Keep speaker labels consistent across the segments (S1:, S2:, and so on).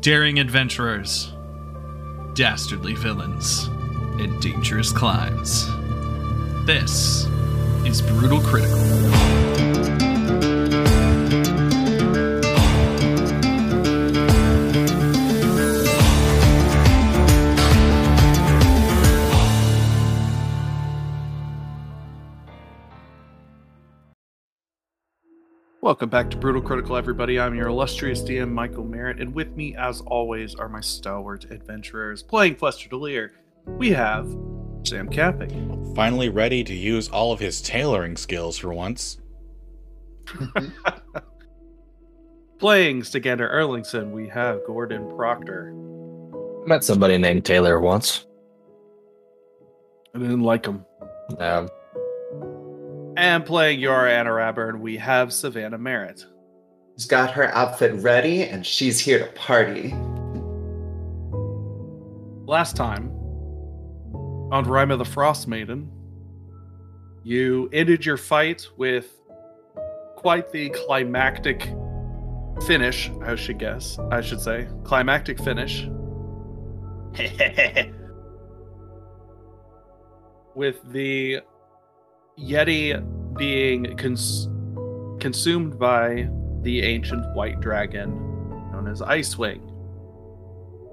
S1: daring adventurers, dastardly villains, and dangerous climbs. This is Brutal Critical.
S2: Welcome back to Brutal Critical, everybody. I'm your illustrious DM, Michael Merritt, and with me, as always, are my stalwart adventurers. Playing Fletcher Delir, we have Sam Capping.
S3: Finally ready to use all of his tailoring skills for once.
S2: Playing Stagander Erlingson, we have Gordon Proctor.
S4: Met somebody named Taylor once.
S2: I didn't like him.
S4: Um,
S2: And playing your Anna Raburn, we have Savannah Merritt.
S5: She's got her outfit ready and she's here to party.
S2: Last time on Rhyme of the Frost Maiden, you ended your fight with quite the climactic finish, I should guess. I should say. Climactic finish. with the Yeti being cons- consumed by the ancient white dragon known as Icewing,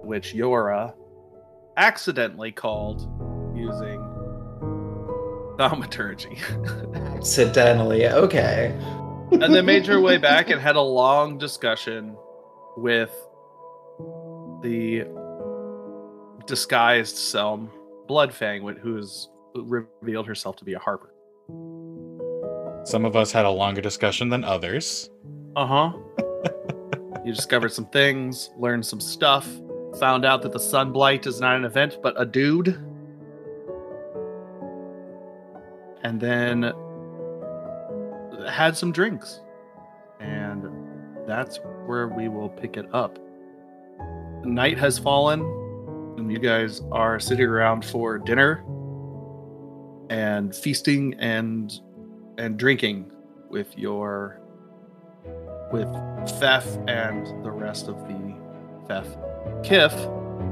S2: which Yora accidentally called using thaumaturgy.
S5: Accidentally, okay.
S2: and then made her way back and had a long discussion with the disguised Selm Bloodfang, wh- who has revealed herself to be a harper.
S3: Some of us had a longer discussion than others.
S2: Uh huh. you discovered some things, learned some stuff, found out that the sun blight is not an event, but a dude. And then had some drinks. And that's where we will pick it up. Night has fallen, and you guys are sitting around for dinner and feasting and and drinking with your with Thef and the rest of the Thef. Kif,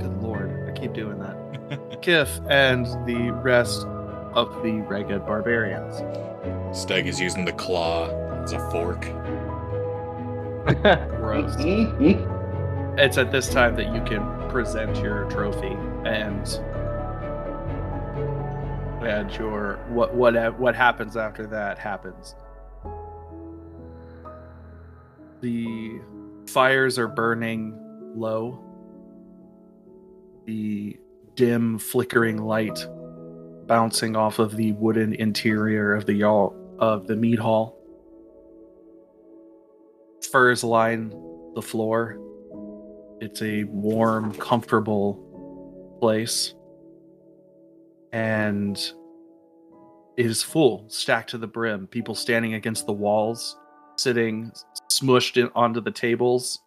S2: good lord, I keep doing that. Kif and the rest of the Reged barbarians.
S3: Steg is using the claw as a fork.
S2: Gross.
S5: Mhm.
S2: it's at this time that you can present your trophy and and your what what what happens after that happens. The fires are burning low. The dim flickering light bouncing off of the wooden interior of the yawl of the mead hall. Furs line the floor it's a warm, comfortable place. And it is full, stacked to the brim. People standing against the walls, sitting smushed in, onto the tables,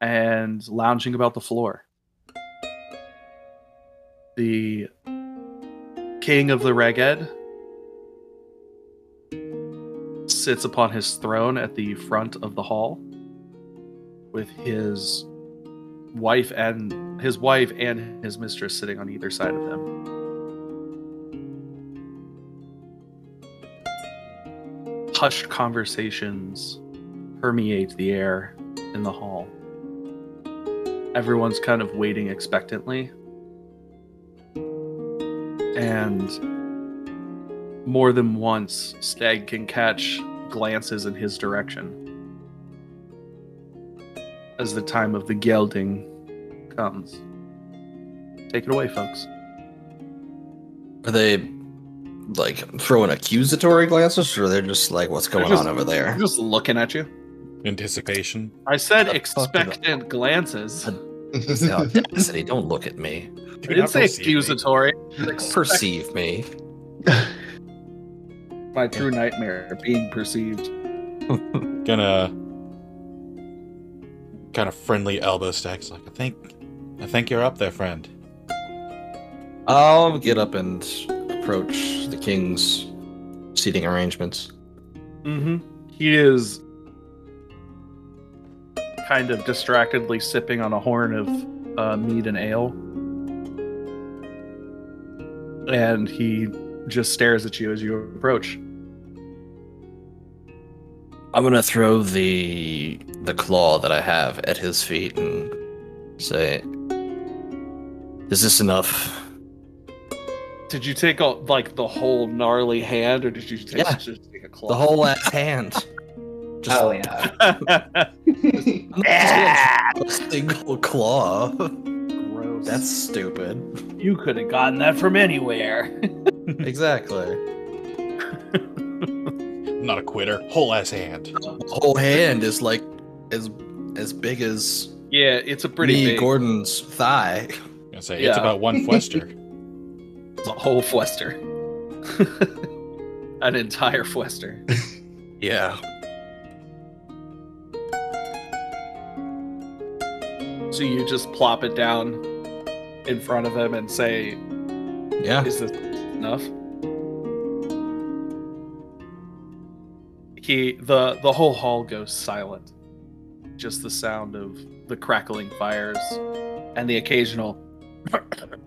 S2: and lounging about the floor. The king of the Reged sits upon his throne at the front of the hall with his wife and his wife and his mistress sitting on either side of him. Hushed conversations permeate the air in the hall. Everyone's kind of waiting expectantly. And more than once, Stag can catch glances in his direction as the time of the gelding comes. Take it away, folks.
S4: are they like throwing accusatory glances, or they're just like, "What's going
S2: just-
S4: on over there?"
S2: I'm just looking at you.
S3: Anticipation.
S2: I said
S4: Shut the fuck up.
S2: expectant glances.
S4: I The audacity, don't look at me.
S3: Do
S2: I
S3: not
S2: didn't say
S3: perceive me.
S2: accusatory.
S4: Perceive me.
S2: My true nightmare being perceived.
S3: Gonna kind of friendly elbow Steg's like, I think I think you're up there, friend.
S4: I'll get up and approach the king's seating arrangements.
S2: Mm-hmm. He is kind of distractedly sipping on a horn of uh, mead and ale. And he just stares at you as you approach.
S4: I'm gonna throw the the claw that I have at his feet and say, "Is this enough?"
S2: Did you take all, like the whole gnarly hand, or did you take,
S4: Yeah.
S2: just take a claw?
S4: The whole ass hand. Just,
S5: Oh yeah.
S4: I'm not just gonna throw a single claw.
S2: Gross.
S4: That's stupid.
S2: you could have gotten that from anywhere.
S4: Exactly.
S3: I'm not a quitter. Whole ass hand.
S4: The whole hand is like as as big as
S2: Yeah, it's a pretty
S4: me,
S2: big
S4: Gordon's thigh.
S3: I say it's
S2: Yeah.
S3: about one fwester.
S2: the whole fwester. An entire fwester.
S4: Yeah.
S2: So you just plop it down in front of him and say,
S4: Yeah.
S2: Is this enough? He the the whole hall goes silent. Just the sound of the crackling fires and the occasional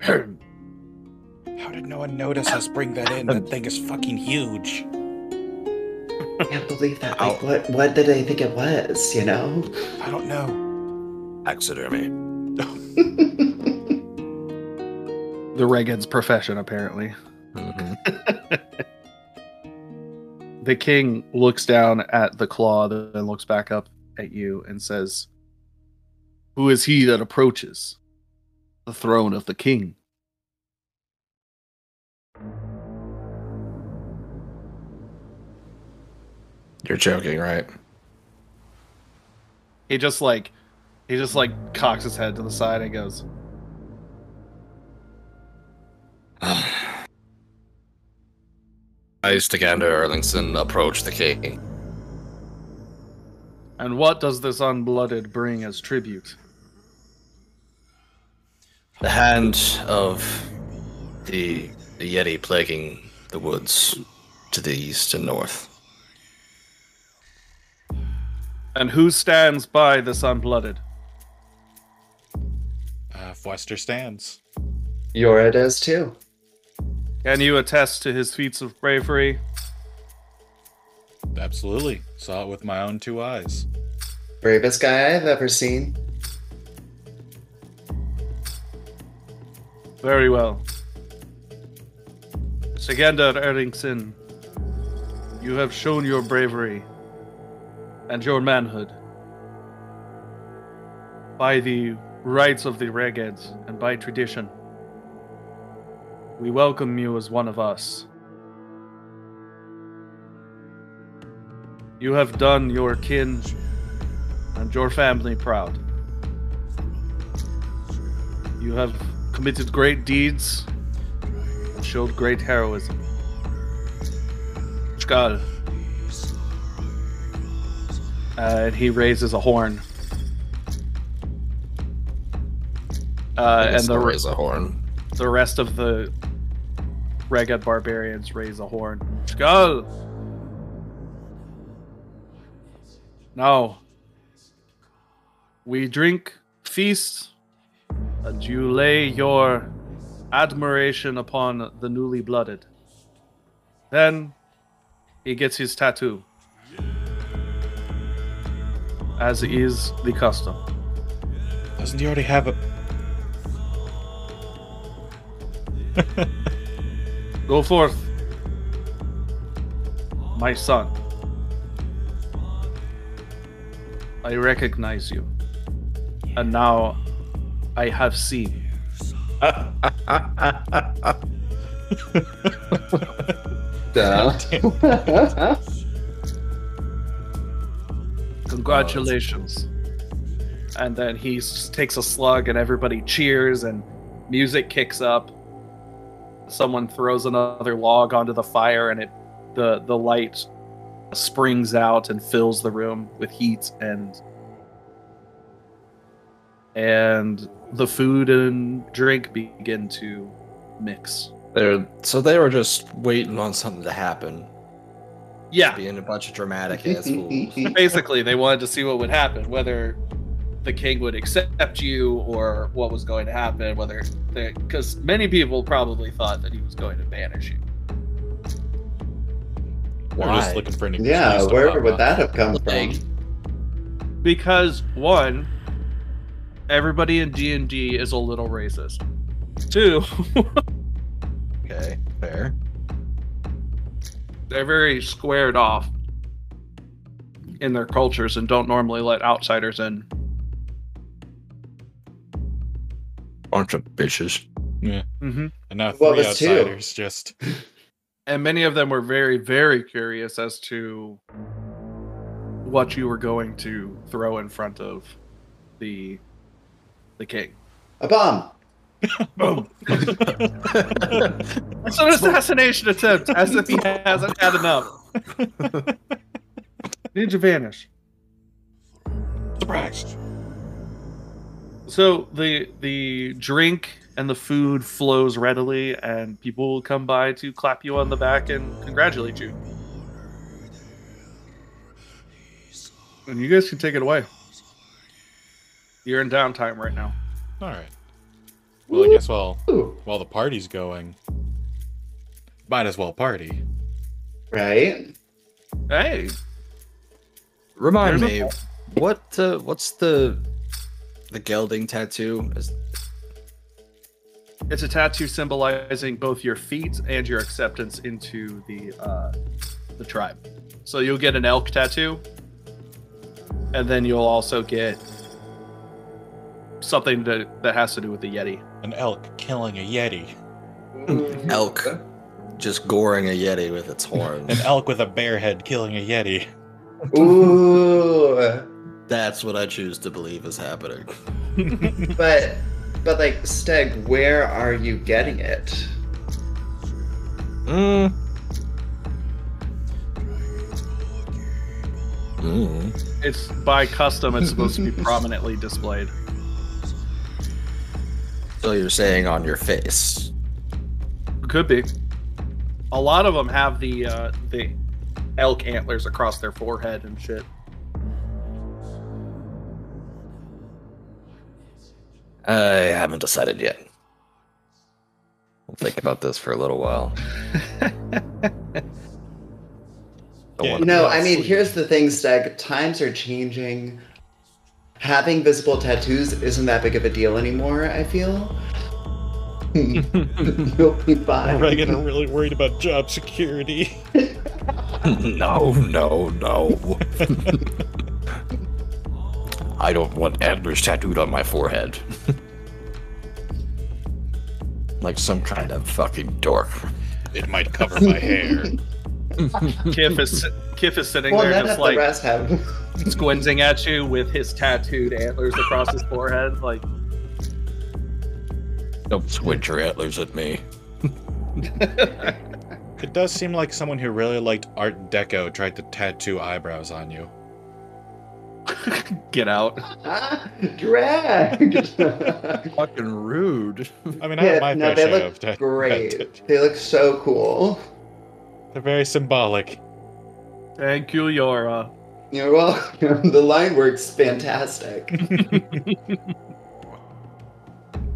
S3: How did no one notice us bring that in? That thing is fucking huge.
S5: I can't believe that.
S4: Ow.
S5: Like, what, what did I think it was, you know?
S3: I don't know.
S4: Taxidermy.
S2: the Reagan's profession apparently.
S4: Mhm.
S2: The king looks down at the claw then looks back up at you and says, "Who is he that approaches the throne of the king?"
S4: You're joking, right?
S2: He just like he just like cocks his head to the side and goes,
S4: I Stagander Erlingson approached the king.
S2: And what does this unblooded bring as tribute?
S4: The hand of the, the Yeti plaguing the woods to the east and north.
S2: And who stands by this unblooded?
S3: Uh, fwester stands.
S5: Yora does too.
S2: Can you attest to his feats of bravery?
S3: Absolutely. Saw it with my own two eyes.
S5: Bravest guy I've ever seen.
S2: Very well. Segander Erlingson, you have shown your bravery and your manhood by the rights of the Regeds and by tradition. We welcome you as one of us. You have done your kin and your family proud. You have committed great deeds and showed great heroism. Skal. Uh, and he raises a horn. Uh, and the
S4: raise a horn.
S2: the rest of the Reged barbarians raise a horn. Skull! Now, we drink, feast, and you lay your admiration upon the newly blooded. Then he gets his tattoo, as is the custom.
S3: Doesn't he already have a?
S2: Go forth, my son. I recognize you. And now I have seen.
S5: Duh.
S2: Congratulations. And then he s- takes a slug, and everybody cheers, and music kicks up. Someone throws another log onto the fire, and it the the light springs out and fills the room with heat and and the food and drink begin to mix.
S4: They're, so they were just waiting on something to happen,
S2: Yeah,
S4: being a bunch of dramatic ass fools.
S2: basically they wanted to see what would happen whether the king would accept you or what was going to happen, whether because many people probably thought that he was going to banish you.
S3: We're
S4: Why?
S3: just looking for an excuse.
S5: Yeah,
S3: to
S5: where
S3: pop
S5: would
S3: up.
S5: that have come from?
S4: Like-
S2: Because one, everybody in D and D is a little racist. Two,
S4: Okay, fair.
S2: they're very squared off in their cultures and don't normally let outsiders in.
S4: Bunch of bitches.
S2: Mm-hmm.
S3: And now
S5: Well,
S3: three
S5: there's two.
S3: outsiders just
S2: and many of them were very very curious as to what you were going to throw in front of the the king
S5: A bomb.
S2: boom it's an assassination attempt as if he hasn't had enough ninja vanish
S3: surprised.
S2: so the the drink and the food flows readily and people will come by to clap you on the back and congratulate you and you guys can take it away you're in downtime right now
S3: All right. Well, I guess while
S5: Ooh,
S3: while the party's going, might as well party.
S5: right?
S2: hey
S4: Remind
S2: There's
S4: me, what uh, what's the the gelding tattoo? Is,
S2: it's a tattoo symbolizing both your feet and your acceptance into the uh, the tribe so you'll get an elk tattoo and then you'll also get something that, that has to do with the yeti
S3: An elk killing a yeti.
S4: Elk. just goring a yeti with its horns.
S3: An elk with a bear head killing a yeti.
S5: Ooh.
S4: That's what I choose to believe is happening.
S5: But, but like, Steg, where are you getting it?
S4: Mm. Mm.
S2: It's by custom. It's supposed to be prominently displayed.
S4: So you're saying on your face?
S2: Could be. A lot of them have the uh, the elk antlers across their forehead and shit.
S4: I haven't decided yet. We'll think about this for a little while. Don't
S3: Yeah,
S4: wanna
S5: You know, I
S4: be
S5: mean,
S4: asleep.
S5: here's the thing, Steg. Times are changing. Having visible tattoos isn't that big of a deal anymore, I feel. You'll be fine.
S3: Reagan really worried about job security.
S4: No, no, no. I don't want antlers tattooed on my forehead. like some kind of fucking dork.
S3: It might cover my hair.
S2: Kif is Kif is sitting
S5: Well,
S2: there
S5: none
S2: just
S5: of
S2: like
S5: the rest have.
S2: squinting at you with his tattooed antlers across his forehead. Like
S4: Don't squint your antlers at me.
S3: It does seem like someone who really liked Art Deco tried to tattoo eyebrows on you.
S2: get out.
S5: Dragged.
S4: Fucking rude.
S3: I mean, I
S5: Yeah,
S3: have my
S5: no,
S3: fair
S5: they
S3: share of
S5: look
S3: tat-
S5: great.
S3: tat-
S5: They look so cool.
S3: They're very symbolic.
S2: Thank you, Yora.
S5: You're welcome. The line works fantastic.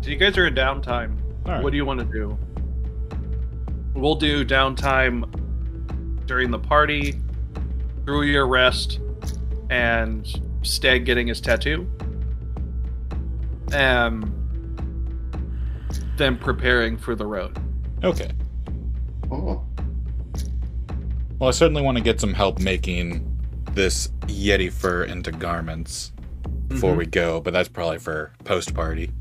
S2: So you guys are in downtime.
S3: All right.
S2: What do you want to do? We'll do downtime during the party, through your rest, and Stag getting his tattoo. Um, then preparing for the road.
S3: okay.
S5: Oh.
S3: Well, I certainly want to get some help making this Yeti fur into garments before
S2: Mm-hmm.
S3: we go, but that's probably for post party.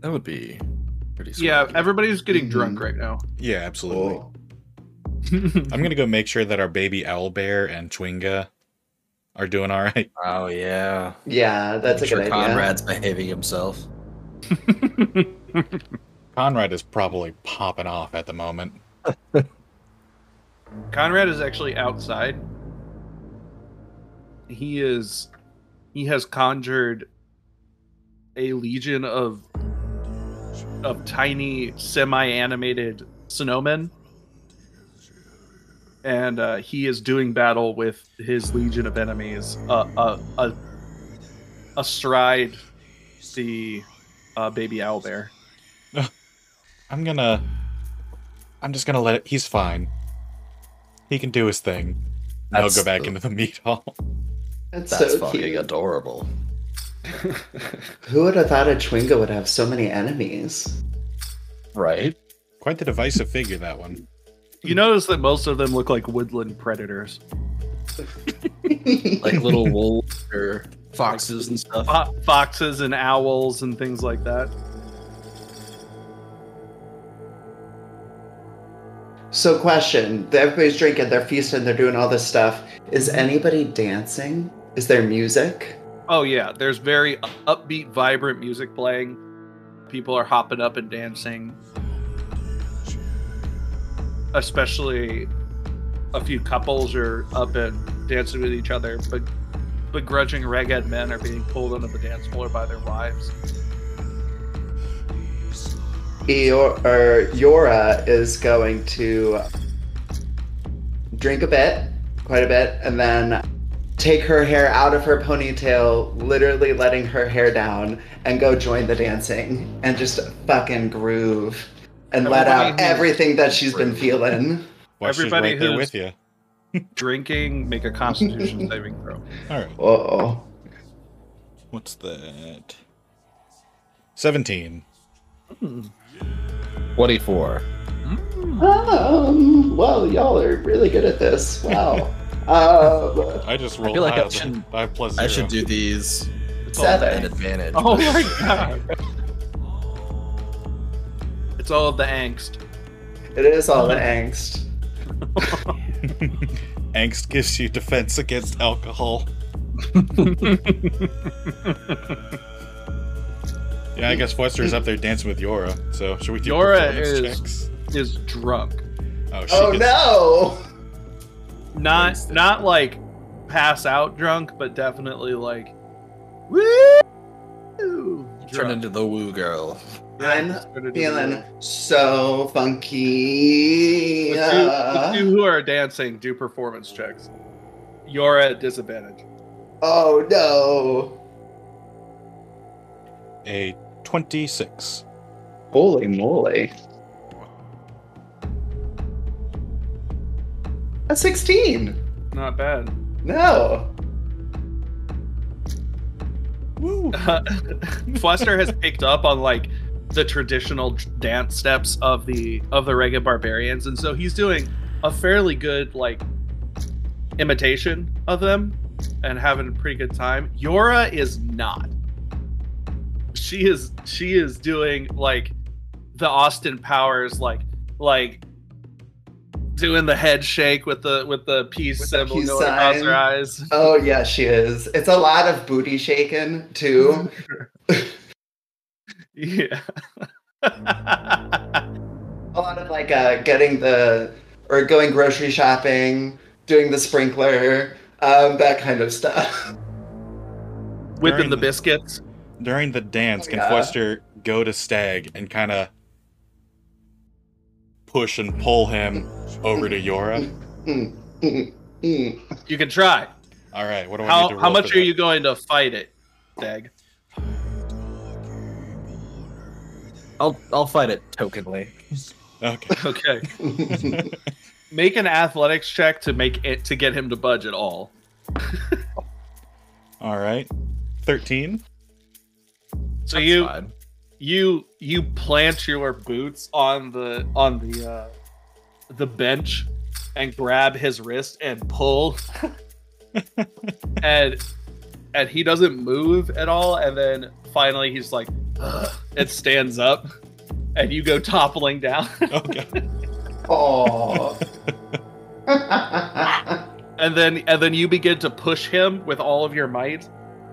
S4: That would be pretty sweet.
S2: Yeah, everybody's getting drunk right now.
S3: Yeah, absolutely.
S5: Cool.
S3: I'm gonna go make sure that our baby owl bear and Twinga are doing all right.
S4: Oh, yeah.
S5: Yeah, that's a
S4: Sure
S5: good idea.
S4: Conrad's behaving himself.
S3: Conrad is probably popping off at the moment.
S2: Conrad is actually outside. He is he has conjured a legion of of tiny semi-animated snowmen. And uh, he is doing battle with his legion of enemies, uh, uh, a uh, astride the uh, baby owl bear.
S3: I'm gonna. I'm just gonna let it. He's fine. He can do his thing. And I'll
S4: That's
S3: go back
S4: the-
S3: into the meat hall.
S5: That's,
S4: That's
S5: so
S4: fucking
S5: cute.
S4: adorable.
S5: Who would have thought a Twingo would have so many enemies?
S4: Right?
S3: Quite the divisive figure, that one.
S2: You notice that most of them look like woodland predators.
S4: Like little wolves or foxes and stuff.
S2: Fo- foxes and owls and things like that.
S5: So, question: Everybody's drinking, they're feasting, they're doing all this stuff. Is anybody dancing? Is there music?
S2: Oh yeah, there's very upbeat, vibrant music playing. People are hopping up and dancing. Especially a few couples are up and dancing with each other, but begrudging raghead men are being pulled onto the dance floor by their wives.
S5: Eor- or Yora is going to drink a bit, quite a bit, and then take her hair out of her ponytail, literally letting her hair down, and go join the dancing and just fucking groove and let out
S2: Everybody who's-
S5: everything that she's been feeling.
S3: Well, she's
S2: Everybody
S3: right there
S2: who's-
S3: with you.
S2: Drinking, make a constitution saving throw.
S3: All right.
S5: Oh,
S3: What's that? 17.
S4: 24.
S2: Mm.
S5: um, well, y'all are really good at this. Wow. Um,
S3: I just rolled
S4: feel like I
S3: higher
S4: should-
S3: than- I have plus zero.
S4: I should do these at
S5: seven.
S4: advantage.
S2: Oh
S4: but-
S2: my god. It's all of the angst.
S5: It is all the angst.
S3: Angst gives you defense against alcohol. yeah, I guess Foster's up there dancing with Yora. So should we do
S2: Yora
S3: performance
S2: is-
S3: checks?
S2: Is drunk.
S3: Oh, she
S5: Oh
S3: gets-
S5: no!
S2: not not like pass out drunk, but definitely like woo.
S4: Turn
S2: drunk.
S4: into the woo girl.
S5: I'm
S2: Turn into
S5: feeling
S2: the-
S5: so funky.
S2: The two, the two who are dancing do performance checks. You're at disadvantage.
S5: oh no!
S3: a 26.
S5: Holy moly! A sixteen.
S2: Not bad.
S5: No.
S3: Woo!
S2: Fluster has picked up on like the traditional j- dance steps of the of the reggae barbarians, and so he's doing a fairly good like imitation of them and having a pretty good time. Yora is not. She is she is doing like the Austin Powers like like doing the head shake with the with the peace
S5: With the
S2: symbol
S5: peace
S2: going across
S5: sign.
S2: her eyes.
S5: Oh yeah, she is. It's a lot of booty shaking too.
S2: Yeah.
S5: Mm. A lot of like uh, getting the or going grocery shopping, doing the sprinkler, um, that kind of stuff.
S2: Whipping
S3: During
S2: the
S3: the-
S2: biscuits.
S3: During the dance,
S5: Oh,
S3: can
S5: yeah.
S3: Foster go to Stag and kind of push and pull him over to Yora?
S5: Mm, mm, mm.
S2: You can try.
S3: All right, what do I need to
S2: How
S3: roll
S2: how much
S3: for
S2: are
S3: that?
S2: you going to fight it, Dag?
S4: I'll I'll fight it tokenly.
S3: Okay.
S2: Okay.
S5: mm.
S2: Make an athletics check to make it to get him to budge at all.
S3: All right. 13.
S2: So
S4: That's
S2: you
S4: fine.
S2: you you plant your boots on the on the uh, the bench and grab his wrist and pull and and he doesn't move at all and then finally he's like "Ugh," it stands up and you go toppling down
S3: Okay.
S5: Oh.
S2: and then and then you begin to push him with all of your might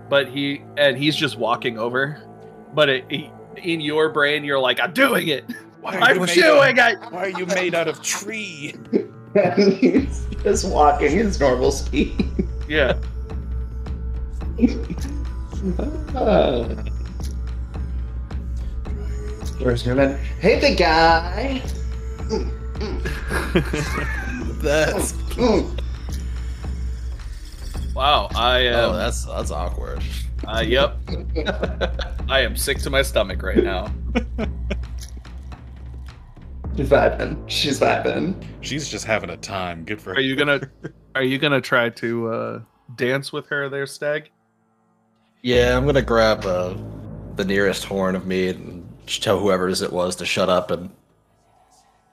S2: but he and he's just walking over but it, he, in your brain you're like i'm doing it
S3: Why
S2: i'm doing it
S3: Why are you made out of tree?
S5: and he's just walking his normal speed.
S2: yeah
S5: Where's Newman? Hey, big guy.
S4: That's
S5: Mm.
S2: Wow, I am
S4: oh, that's that's awkward.
S2: Uh, yep. I am sick to my stomach right now.
S5: She's vibing. She's vibing.
S3: She's just having a time. Good for
S2: Are
S3: her.
S2: you gonna Are you gonna try to uh, dance with her there, Stag?
S4: Yeah, I'm gonna grab uh, the nearest horn of mead and just tell whoever it is it was to shut up and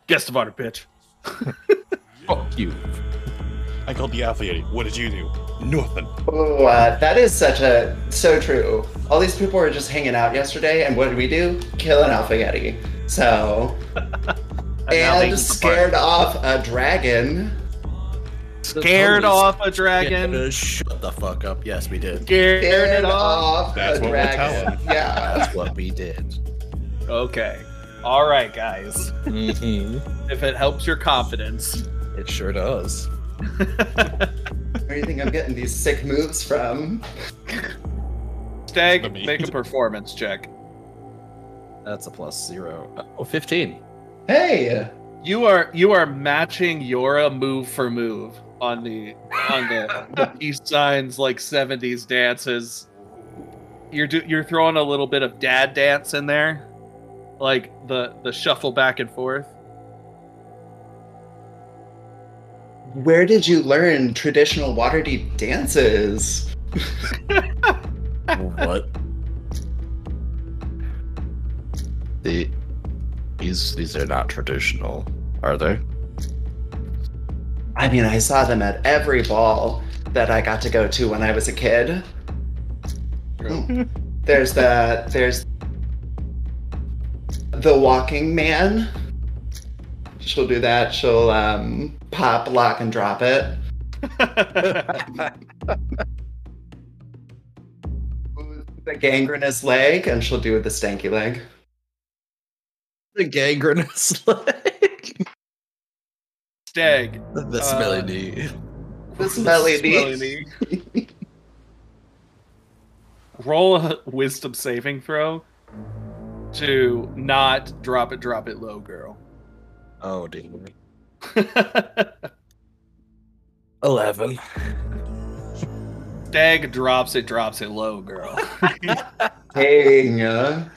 S2: Guest of honor, bitch.
S4: fuck you.
S3: I called the Alpha Yeti. What did you do? Nothing.
S5: Oh, uh, that is such a so true. All these people were just hanging out yesterday, and what did we do? Kill an alpha yeti. So,
S2: now they
S5: and
S2: eat the
S5: scared off a dragon.
S2: Scared
S4: Holy
S2: off a dragon.
S4: Yeah, shut the fuck up. Yes, we did.
S2: Scared,
S5: Scared
S2: it off.
S5: off
S3: That's
S5: a
S3: what we're
S5: dragon.
S3: telling.
S5: Yeah.
S4: That's what we did.
S2: Okay. All right, guys.
S4: hmm
S2: If it helps your confidence.
S4: It sure does.
S5: Where do you think I'm getting these sick moves from?
S2: Stag,
S3: Let me-
S2: make a performance check.
S4: That's a plus zero. Oh, 15.
S5: Hey,
S2: You are you are matching Yora move for move on the on the, the peace signs like '70s dances. You're do, you're throwing a little bit of dad dance in there, like the the shuffle back and forth.
S5: where did you learn traditional Waterdeep dances?
S4: what? The these these are not traditional, are they?
S5: I mean, I saw them at every ball that I got to go to when I was a kid. Hmm. There's the there's the walking man. She'll do that. She'll um, pop, lock, and drop it. The gangrenous leg, and she'll do the stanky leg.
S4: The gangrenous leg.
S2: Stag,
S4: the
S2: Uh,
S4: smelly knee.
S5: The smelly
S2: Smelly
S5: knee.
S2: knee. Roll a wisdom saving throw to not drop it, drop it low, girl.
S4: Oh dear. Eleven.
S2: Stag drops it, drops it low, girl.
S5: King, uh,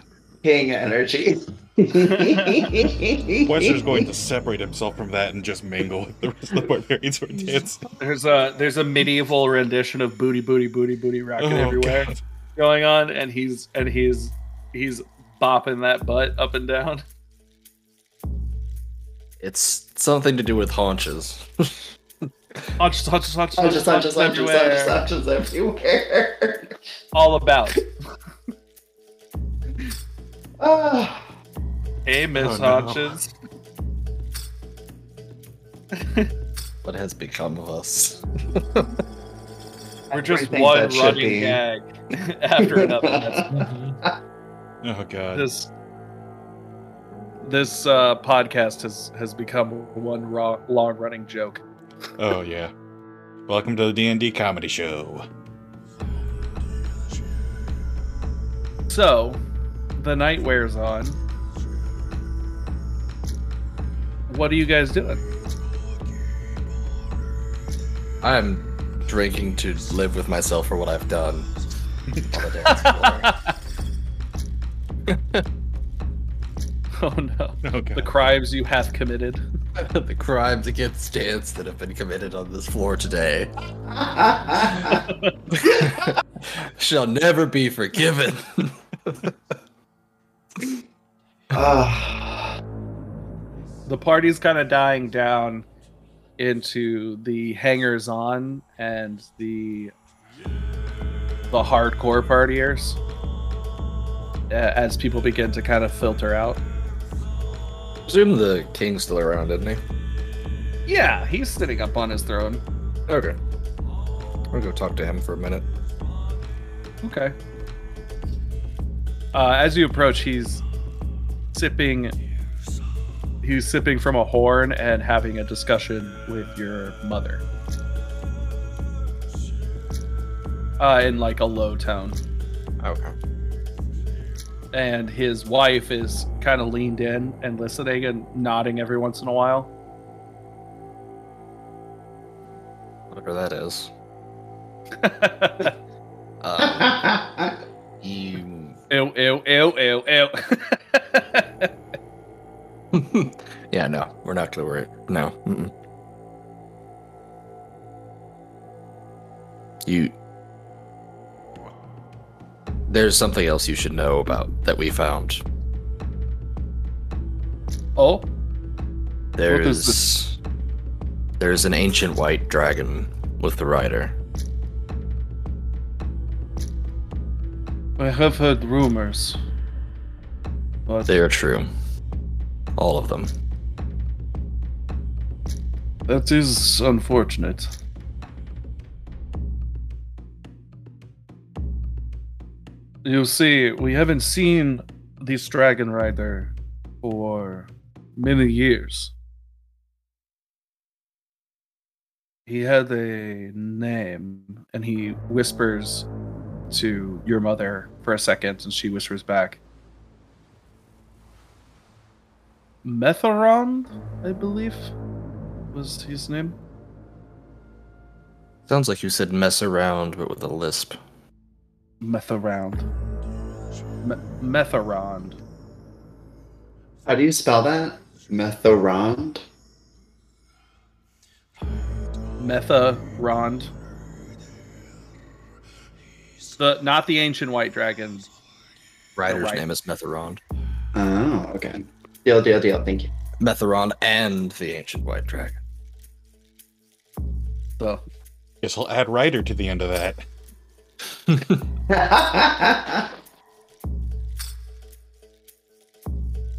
S5: king energy.
S3: Wester's going to separate himself from that and just mingle with the rest of the barbarians who are dancing.
S2: There's a there's a medieval rendition of booty, booty, booty, booty rocking
S3: Oh,
S2: everywhere
S3: God.
S2: going on, and he's and he's he's bopping that butt up and down.
S4: It's something to do with haunches.
S2: Haunches, haunches, haunches,
S5: Punches, punches,
S2: haunches
S5: punches, punches,
S2: everywhere.
S5: punches everywhere.
S2: All about.
S5: Ah.
S2: Hey, Miss
S4: Oh, no.
S2: Haunches.
S4: What has become of us?
S2: We're just
S5: Everything
S2: one
S5: that should
S2: running
S5: be.
S2: gag after another. That's-
S3: Oh god.
S2: this this uh, podcast has has become one raw, long running joke.
S3: Oh yeah. Welcome to the D and D comedy show.
S2: So, the night wears on. What are you guys doing?
S4: I'm drinking to live with myself for what I've done. on the dance floor.
S2: Oh no, the
S3: Oh god.
S2: crimes you have committed.
S4: the crimes against dance that have been committed on this floor today shall never be forgiven.
S5: Ah.
S2: The party's kind of dying down into the hangers on and the the hardcore partiers uh, as people begin to kind of filter out.
S4: Presume the king's still around, isn't he?
S2: Yeah, he's sitting up on his throne.
S4: Okay. I'll go talk to him for a minute.
S2: Okay. Uh, as you approach, he's sipping. He's sipping from a horn and having a discussion with your mother. Uh, in like a low tone,
S4: Okay.
S2: and his wife is kind of leaned in and listening and nodding every once in a while.
S4: Whatever that is. Um,
S5: Ah.
S2: ew, ew, ew, ew, ew.
S4: yeah, no, we're not gonna worry. No. Mm-mm. You. There's something else you should know about that we found.
S2: oh,
S4: There
S2: What is
S4: is. There is an ancient white dragon with the rider.
S2: I have heard rumors. But
S4: They are true. All of them.
S2: that is unfortunate. You see, we haven't seen this dragon rider for many years. He had a name, and he whispers to your mother for a second, and she whispers back. Metharon, I believe, was his name.
S4: Sounds like you said mess around, but with a lisp.
S2: Metharound. Me- Metharond.
S5: How do you spell that? Metharond?
S2: Metharond. The not the ancient white dragon.
S4: Rider's
S2: right.
S4: name is Metherond.
S5: Oh, okay. Deal, deal, deal. Thank you.
S4: Metherond and the ancient white dragon.
S2: So
S3: Guess I'll add Ryder to the end of that.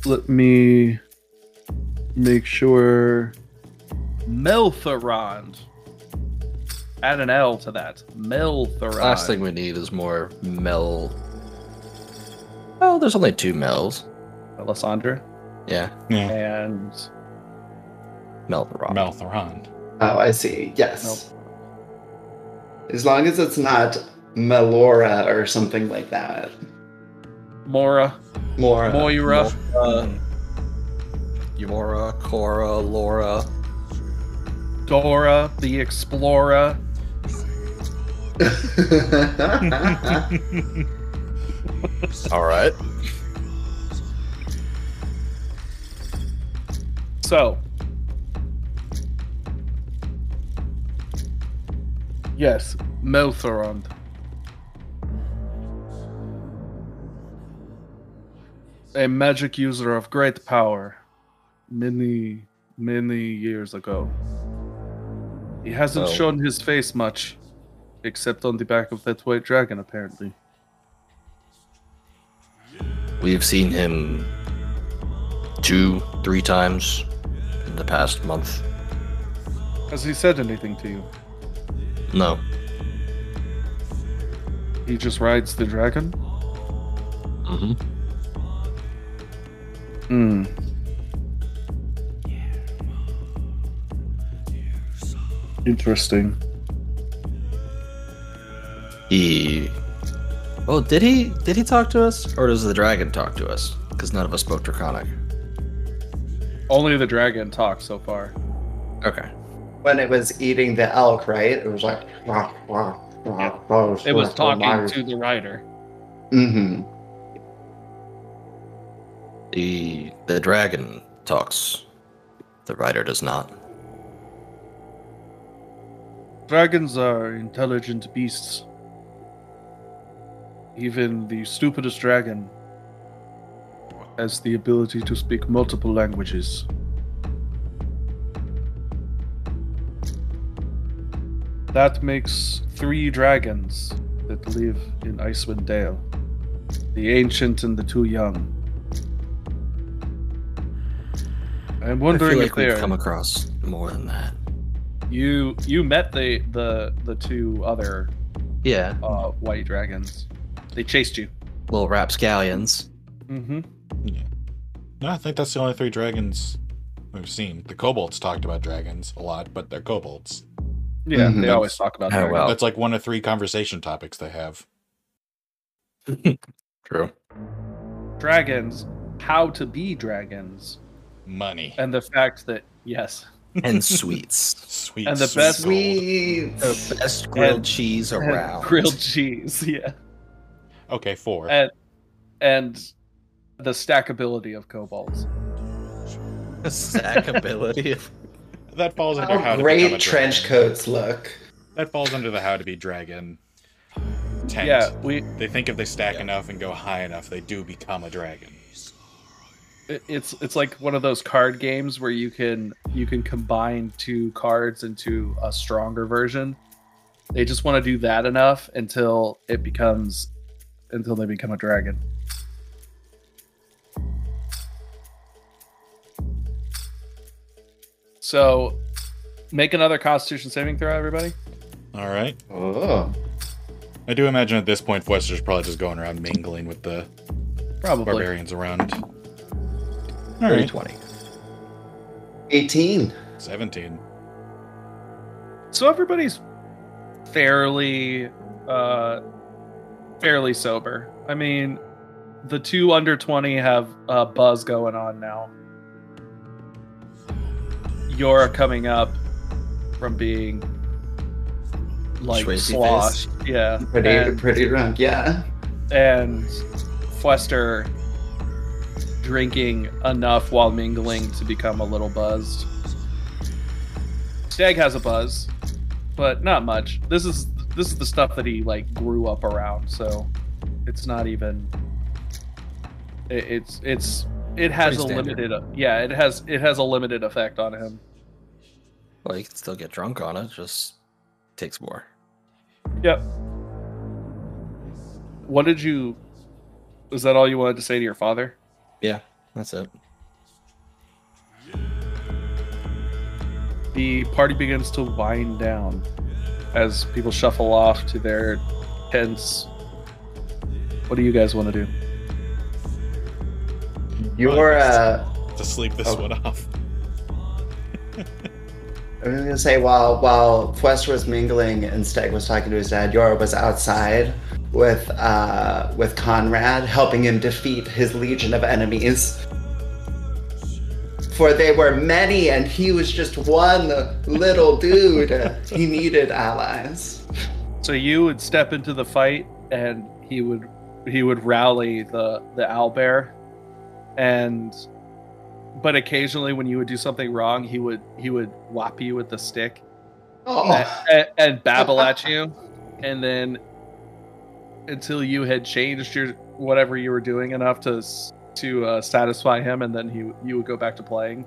S2: let me make sure. Meltharond. Add an L to that. Meltharond.
S4: Last thing we need is more Mel. Oh, there's only two Mels.
S2: Alessandra.
S4: Yeah,
S3: Yeah.
S2: And
S4: Mel the Rock.
S3: Maltharon.
S5: oh, I see. Yes. As long as it's not Melora or something like that.
S2: Mora.
S5: More.
S2: Moira.
S4: Uh, Yora, Cora, Laura.
S2: Dora the Explorer.
S4: All right.
S2: So. Yes, Meltharond. A magic user of great power many, many years ago. He hasn't
S4: Oh.
S2: shown his face much, except on the back of that white dragon, apparently.
S4: We've seen him two, three times in the past month.
S2: Has he said anything to you?
S4: No,
S2: He just rides the dragon?
S4: Mhm.
S2: Hmm. Interesting.
S4: he. Oh, did he? Did he talk to us, or does the dragon talk to us? Because none of us spoke Draconic.
S2: Only the dragon talks so far.
S4: Okay.
S5: when it was eating the elk, right? It was like. Wah, wah, wah, wah,
S2: It was talking to the rider.
S5: Mm-hmm.
S4: The the dragon talks. The rider does not.
S2: Dragons are intelligent beasts. Even the stupidest dragon has the ability to speak multiple languages. That makes three dragons that live in Icewind Dale the ancient and the two young. I'm
S4: I
S2: wondering
S4: feel
S2: if
S4: like
S2: they
S4: we've
S2: are
S4: come across more than that.
S2: you you met the the the two other
S4: Yeah,
S2: uh white dragons they chased you
S4: little rapscallions.
S2: mm-hmm
S3: No, I think that's the only three dragons we've seen. The kobolds talked about dragons a lot, but they're kobolds.
S2: yeah
S5: Mhm.
S2: they always talk about
S4: Oh,
S2: dragons.
S4: wow.
S3: That's like one of three conversation topics they have.
S4: True.
S2: dragons how to be dragons
S3: Money.
S2: and the fact that yes
S4: And sweets.
S3: Sweet.
S2: and the
S3: sweet
S2: best-
S3: gold.
S5: Sweet.
S4: The best grilled
S2: And-
S4: cheese
S2: And
S4: around.
S2: grilled cheese yeah
S3: Okay, four.
S2: And- and the stackability of kobolds.
S4: Sack ability.
S3: That falls under how
S5: How
S3: to become a
S5: great
S3: dragon.
S5: trench coats look.
S3: That falls under the how to be dragon tent.
S2: Yeah, we
S3: They think if they stack enough and go high enough, they do become a dragon.
S2: it- it's it's like one of those card games where you can you can combine two cards into a stronger version. They just want to do that enough until it becomes until they become a dragon. So make another constitution saving throw everybody.
S3: All right.
S5: Oh.
S3: I do imagine at this point, Foister's probably just going around mingling with the
S2: Probably.
S3: barbarians around. All
S6: Thirty
S3: right.
S6: twenty.
S5: 18.
S3: 17.
S2: So everybody's fairly uh fairly sober. I mean, the two under 20 have a buzz going on now. Yora coming up from being like
S4: Swayze
S2: sloshed. Yeah.
S5: Pretty,
S2: and-
S5: pretty drunk. Yeah.
S2: and Fwester drinking enough while mingling to become a little buzzed. Stag has a buzz, but not much. This is this is the stuff that he like grew up around, so it's not even. It, it's it's it has a
S4: Pretty standard.
S2: limited yeah it has it has a limited effect on him.
S4: Well, you can still get drunk on it. Just takes more.
S2: Yep. What did you? Was that all you wanted to say to your father?
S4: Yeah, that's it.
S2: The party begins to wind down as people shuffle off to their tents. What do you guys want to do?
S5: Your, uh,
S3: To sleep this
S5: Oh.
S3: one off.
S5: I was gonna say while while Fwester was mingling and Steg was talking to his dad, Yor was outside with uh, with Conrad, helping him defeat his legion of enemies. For they were many, and he was just one little dude. He needed allies.
S2: So you would step into the fight, and he would he would rally the the owlbear, and but occasionally when you would do something wrong, he would he would whop you with the stick
S5: Oh,
S2: and, and babble at you, and then until you had changed your whatever you were doing enough to s- to uh, satisfy him, and then he you would go back to playing.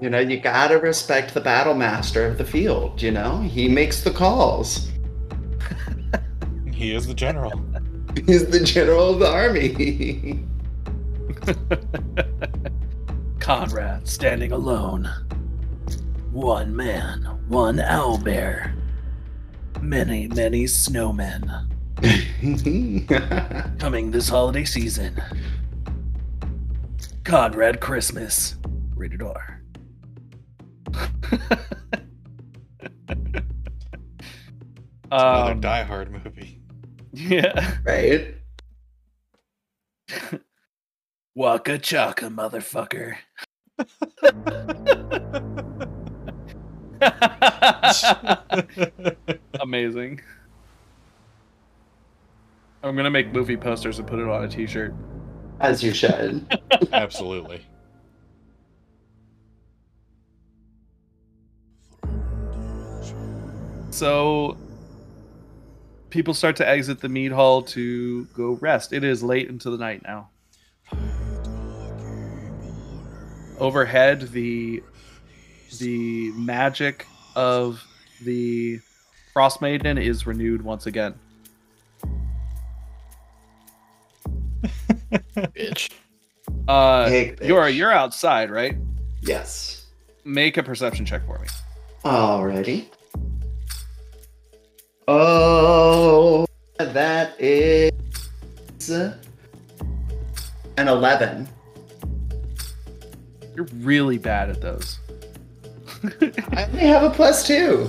S5: you know you gotta respect the battle master of the field. You know he makes the calls.
S3: He is the general.
S5: He's the general of the army.
S2: Conrad standing alone.
S6: One man, one owlbear, many, many snowmen coming this holiday season. Conrad Christmas. Rated R.
S3: Another
S2: Um,
S3: Die Hard movie.
S2: yeah.
S5: right.
S6: Waka chaka, motherfucker.
S2: Amazing. I'm gonna make movie posters and put it on a T-shirt.
S5: As you should.
S3: Absolutely.
S2: So people start to exit the mead hall to go rest. It is late into the night now. Overhead the the magic of the frost maiden is renewed once again.
S4: Bitch.
S2: Uh
S5: Take this.
S2: Yora, you're outside, right?
S5: Yes.
S2: Make a perception check for me.
S5: Alrighty. Oh, that is an 11.
S2: You're really bad at those.
S5: I only have a plus two.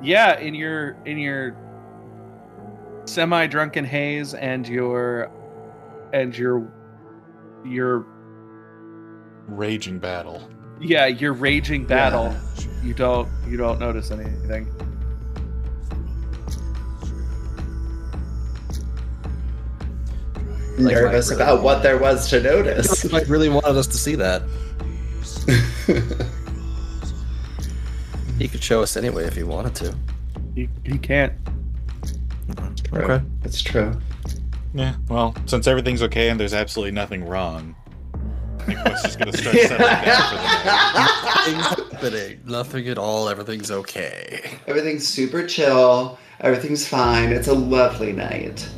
S2: yeah in your in your semi-drunken haze and your and your your
S3: Raging battle.
S2: yeah your raging battle you don't you don't notice anything
S4: Like, I
S5: nervous
S4: really
S5: about what
S4: wanted-
S5: there was to notice.
S4: I really wanted us to see that. He could show us anyway if he wanted to.
S2: He, he can't.
S5: True. It's true.
S3: Yeah. Well, since everything's okay and there's absolutely nothing wrong, I think Wes is gonna start settling down for the night.
S4: Nothing's happening. Nothing at all. Everything's okay.
S5: Everything's super chill. Everything's fine. It's a lovely night.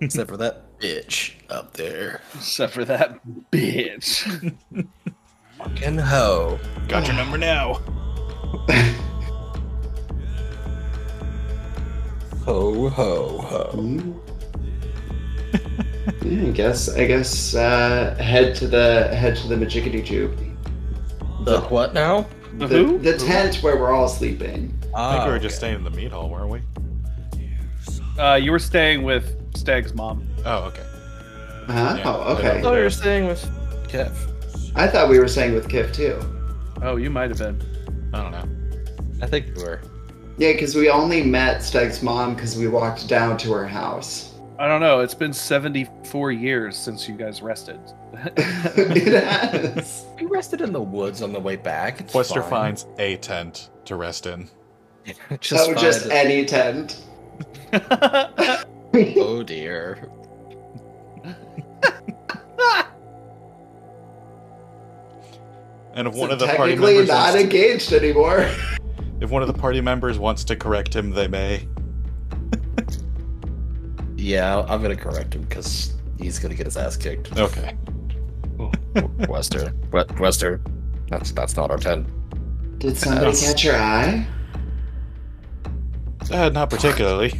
S4: Except for that bitch up there.
S2: Except for that bitch.
S4: Fucking hoe.
S3: Got your number now.
S4: Ho, ho, ho.
S5: Mm. yeah, I Hmm, guess. I guess uh, head to the head to the Majigity Jube.
S4: The what now?
S2: The
S5: The-
S2: who?
S5: the tent where we're all sleeping.
S3: I
S4: Ah.
S3: think we were just staying in the meat hall, weren't we?
S2: Uh, you were staying with Stag's mom.
S3: Oh, okay.
S5: Huh?
S3: Yeah.
S5: Oh, okay.
S4: Oh, you were staying with Kev.
S5: I thought we were staying with Kif too.
S2: Oh, you might have been.
S3: I don't know.
S4: I think you were.
S5: Yeah, because we only met Steg's mom because we walked down to her house.
S2: I don't know. It's been 74 years since you guys rested.
S5: it has.
S4: We rested in the woods on the way back. It's
S3: Wester
S4: fine.
S3: finds a tent to rest in.
S4: Just
S5: oh,
S4: find
S5: just
S4: it.
S5: any tent.
S4: oh dear.
S3: And if
S5: So
S3: one of the party
S5: technically
S3: members
S5: not
S3: wants to-
S5: engaged anymore.
S3: if one of the party members wants to correct him, they may.
S4: Yeah, I'm gonna correct him because he's gonna get his ass kicked.
S3: Okay.
S4: Wester, we- Wester, that's that's not our ten.
S5: Did somebody
S4: Yes.
S5: catch your eye?
S3: Uh, not particularly.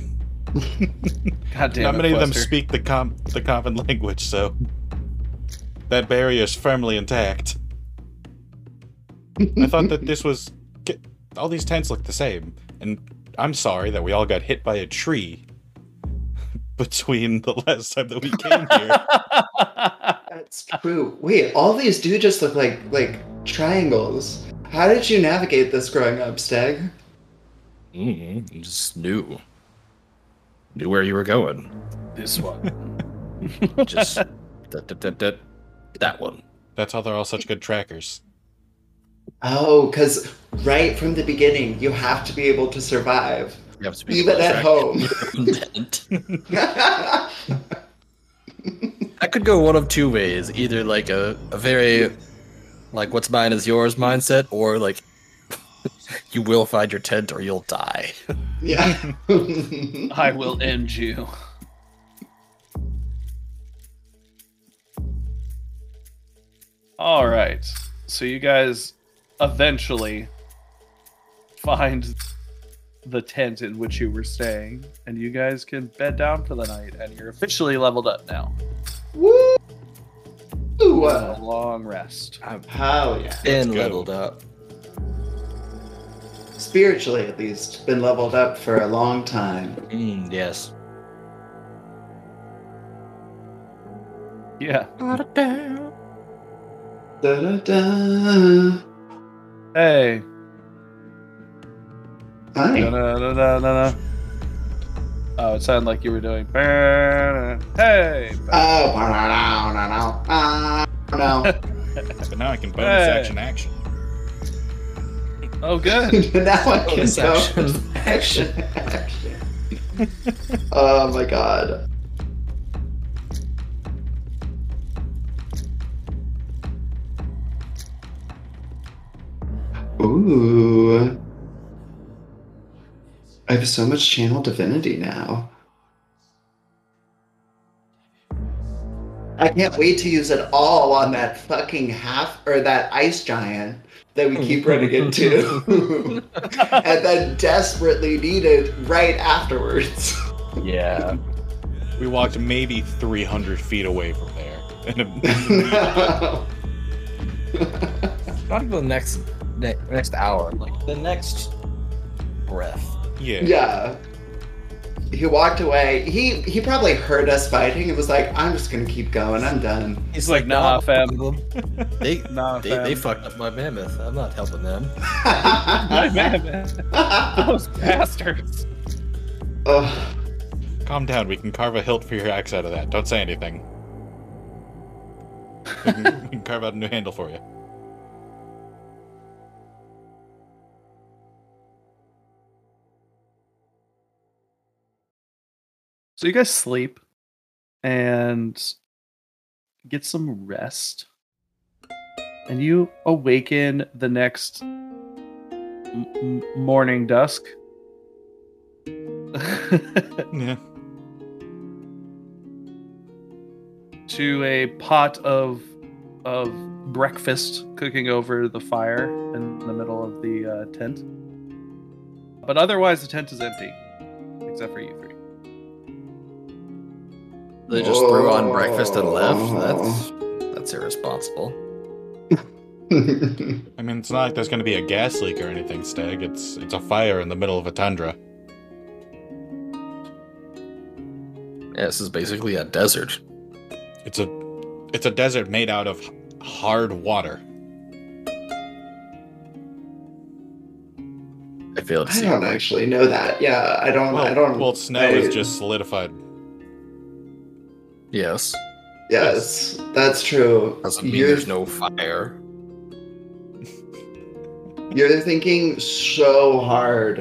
S2: God damn
S3: Not
S2: it,
S3: many of them
S2: Buster.
S3: speak the com- the common language, so that barrier is firmly intact. I thought that this was get, all these tents look the same, and I'm sorry that we all got hit by a tree between the last time that we came here.
S5: That's true. Wait, all these do just look like like triangles. How did you navigate this growing up, Steg?
S4: Mm, you just knew, knew where you were going.
S6: This one.
S4: Just that, that, that, that, that one.
S3: That's how they're all such good trackers.
S5: Oh, because right from the beginning, you have to be able to survive,
S4: You have to be
S5: even at home.
S4: home. That could go one of two ways: either like a, a very, like what's mine is yours mindset, or like you will find your tent or you'll die.
S5: yeah.
S2: I will end you. All right. So you guys eventually find the tent in which you were staying, and you guys can bed down for the night, and you're officially leveled up now.
S5: Woo!
S2: You had
S5: Hell
S2: a long rest.
S5: uh, yeah.
S4: and
S3: go.
S4: leveled up.
S5: Spiritually, at least, been leveled up for a long time.
S4: Mm, yes.
S2: Yeah.
S5: Da da da.
S2: Hey.
S5: Hi.
S2: Da-da-da-da-da-da. Oh, it sounded like you were doing. Hey.
S5: Oh, no, no, no, no.
S3: But now I can bonus
S2: Hey.
S3: action action.
S2: Oh, good.
S5: no. now I can
S4: Bonus
S5: go.
S4: action.
S5: Action. Action. oh my god. Ooh. I have so much channel divinity now. I can't wait to use it all on that fucking half or that ice giant that we keep running into. and then desperately needed right afterwards.
S4: Yeah.
S3: We walked maybe 300 feet away from there. And um,
S5: No.
S4: Not even the next ne- next hour. Like the next breath.
S3: yeah.
S5: yeah. He walked away. He he probably heard us fighting and was like, I'm just gonna keep going, I'm done.
S4: He's
S2: like, "Nah, fam."
S4: They
S2: Nah,
S4: they,
S2: fam.
S4: they fucked up my mammoth. I'm not helping them.
S2: My man, those bastards.
S5: Ugh.
S3: Calm down. We can carve a hilt for your axe out of that. Don't say anything. We can, we can carve out a new handle for you.
S2: So you guys sleep and get some rest. And you awaken the next m- m- morning dusk.
S3: Yeah.
S2: to a pot of of breakfast cooking over the fire in the middle of the uh, tent. But otherwise, the tent is empty, except for you three.
S4: They just threw on breakfast and left. That's that's irresponsible.
S3: I mean, it's not like there's going to be a gas leak or anything, Stag. It's it's a fire in the middle of a tundra.
S4: Yeah, this is basically a desert.
S3: It's a it's a desert made out of h- hard water.
S4: I feel it's
S5: I don't actually know that. Yeah, I don't.
S3: Well,
S5: I don't.
S3: well snow
S5: I-
S3: is just solidified.
S4: yes.
S5: Yes, that's true.
S4: Doesn't mean
S5: You're,
S4: there's no fire.
S5: you're thinking so hard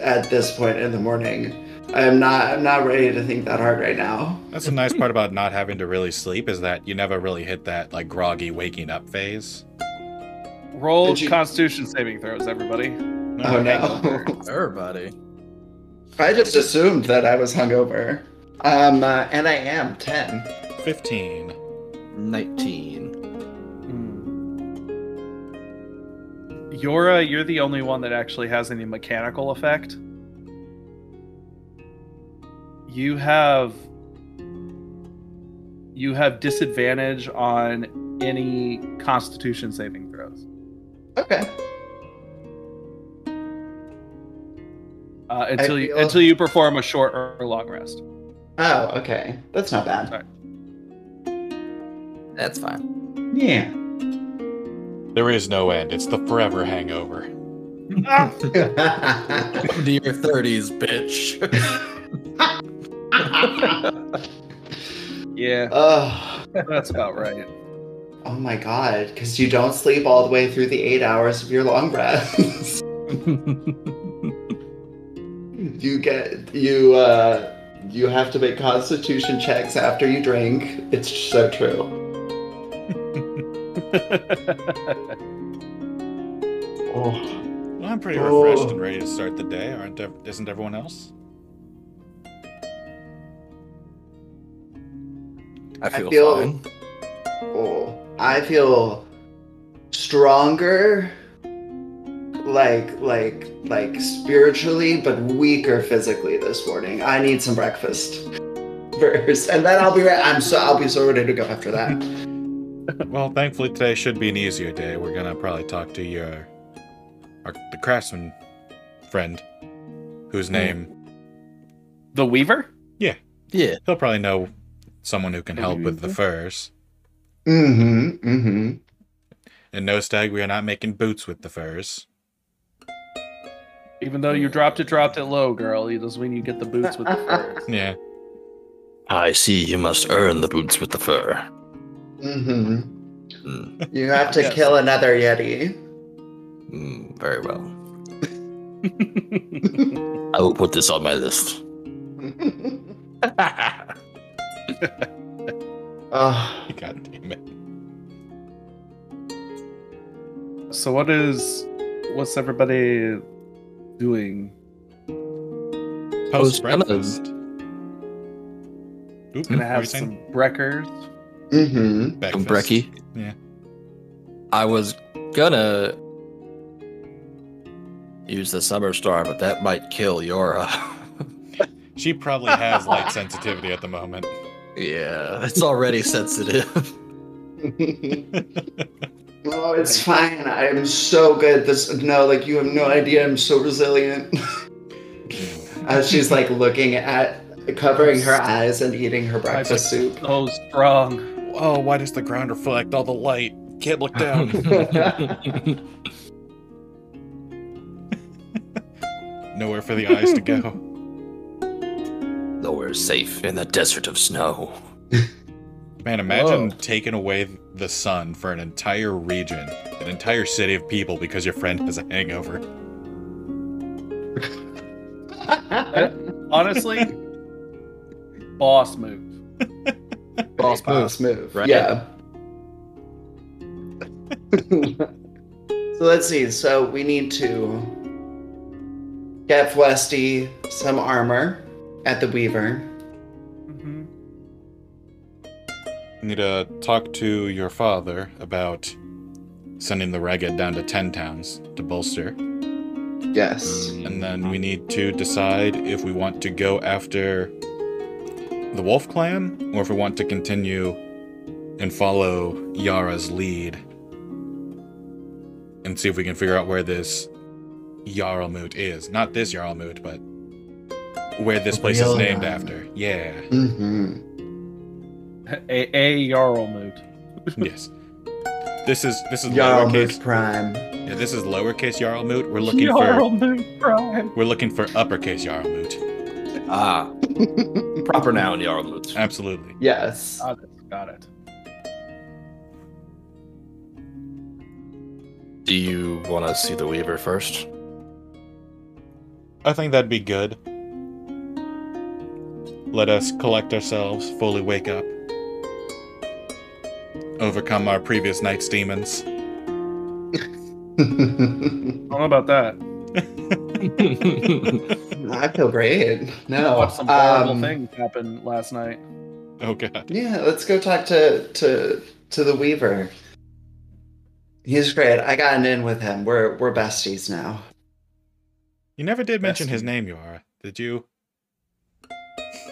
S5: at this point in the morning. I'm not. I'm not ready to think that hard right now.
S3: That's the nice part about not having to really sleep is that you never really hit that like groggy waking up phase.
S2: Roll
S5: Did you-
S2: Constitution saving throws, everybody.
S5: Oh no.
S2: hangover.
S4: Everybody.
S5: I just assumed that I was hungover. Um, uh, and I am 10.
S3: Fifteen.
S4: 19.
S2: Hmm. Yora, you're the only one that actually has any mechanical effect. You have you have disadvantage on any constitution saving throws.
S5: Okay.
S2: Uh, until you
S5: feel-
S2: until you perform a short or or long rest.
S5: Oh, okay. That's not bad.
S4: That's fine.
S5: Yeah.
S3: There is no end. It's the forever hangover.
S4: Come to your 30s, bitch.
S2: Yeah,
S5: oh,
S2: that's about right.
S5: oh my god. Because you don't sleep all the way through the eight hours of your long rest. you get, you, uh, you have to make constitution checks after you drink. It's so true. Oh.
S3: Well, I'm pretty
S5: Oh.
S3: refreshed and ready to start the day. Aren't ev- isn't everyone else?
S4: I feel,
S5: feel-
S4: fine.
S5: Oh, I feel stronger, like like like spiritually, but weaker physically this morning. I need some breakfast first, and then I'll be right. I'm so I'll be so ready to go after that.
S3: Well, thankfully today should be an easier day. We're gonna probably talk to your, our the craftsman friend, whose name
S2: The Weaver?
S4: Yeah.
S3: he'll probably know someone who can help with the furs.
S5: Mm-hmm. Mm-hmm.
S3: And no stag, we are not making boots with the furs.
S2: Even though you dropped it, dropped it low, girl. You just when you get the boots with the furs.
S3: Yeah,
S4: I see you must earn the boots with the fur.
S5: Mm-hmm.
S4: Mm,
S5: You have to
S2: Yes.
S5: kill another yeti.
S4: mm, very well. I will put this on my list.
S5: oh,
S3: god damn it.
S2: So what is what's everybody doing?
S3: Post
S4: Post
S3: breakfast. Oop,
S2: Gonna
S3: what were you
S2: have
S3: saying?
S2: some breakers.
S5: mm-hmm.
S3: Breakfast.
S4: Brecky.
S3: Yeah.
S4: I was gonna use the summer star, but that might kill Yora.
S3: She probably has light sensitivity at the moment.
S4: yeah, it's already sensitive.
S5: oh, it's fine. I am so good. This no, like you have no idea. I'm so resilient. As she's like looking at, covering her eyes and eating her breakfast soup.
S2: Oh strong.
S3: Oh, why does the ground reflect all the light? Can't look down. Nowhere for the eyes to go.
S4: though we're safe in the desert of snow.
S3: Man, imagine
S4: Whoa.
S3: taking away the sun for an entire region, an entire city of people because your friend has a hangover.
S2: Honestly, boss move.
S4: Boss
S5: boss move.
S4: right?
S5: Yeah. so let's see. So we need to get Westy some armor at the Weaver.
S2: Mm-hmm.
S3: You need to talk to your father about sending the ragged down to 10 towns to bolster.
S5: Yes.
S3: And then we need to decide if we want to go after the Wolf Clan or if we want to continue and follow Yara's lead and see if we can figure out where this Yarlmoot is. Not this Yarlmoot, but where this place is
S5: Real
S3: named
S5: Yarlmoot.
S3: after. Yeah.
S5: Mm-hmm.
S2: A a Jarl mood.
S3: yes. This is this is
S5: Yarlmoot
S3: lowercase.
S5: Prime.
S3: Yeah, this is lowercase Yarlmoot. We're looking for we're looking for uppercase Yarlmoot.
S4: Ah. Proper noun, Yarmouth.
S3: Absolutely.
S5: Yes.
S2: Got it. Got it.
S4: Do you want to see the Weaver first?
S3: I think that'd be good. Let us collect ourselves, fully wake up, overcome our previous night's demons.
S2: I don't know about that.
S3: Oh,
S5: I feel great. No.
S2: Watched some horrible
S5: um,
S2: things happen last night.
S3: Oh god.
S5: Yeah, let's go talk to to to the Weaver. He's great. I got an in with him. We're we're besties now.
S3: You never did mention
S4: Yes.
S3: his name, Yara, did you?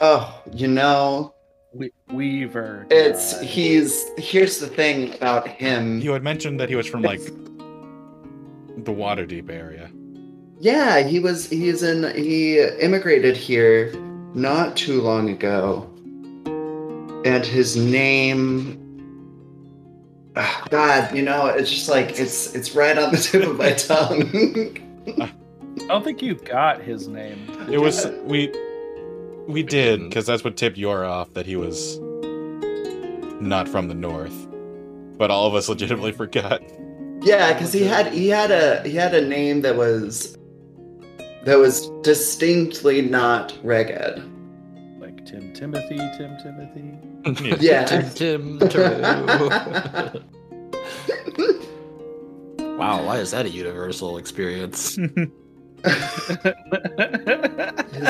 S5: Oh, you know,
S2: We- Weaver.
S5: it's
S2: died.
S5: he's here's the thing about him.
S3: You had mentioned that he was from like the Waterdeep area.
S5: Yeah, he was he's in he immigrated here not too long ago. And his name Ah, God, you know, it's just like it's it's right on the tip of my tongue.
S2: I don't think you got his name.
S3: It was we we did because that's what tipped Yara off that he was not from the north. But all of us legitimately forgot.
S5: Yeah, because he had he had a he had a name that was that was distinctly not reggae.
S2: Like Tim Timothy, Tim Timothy.
S5: Yeah.
S4: Tim, wow, why is that a universal experience?
S5: His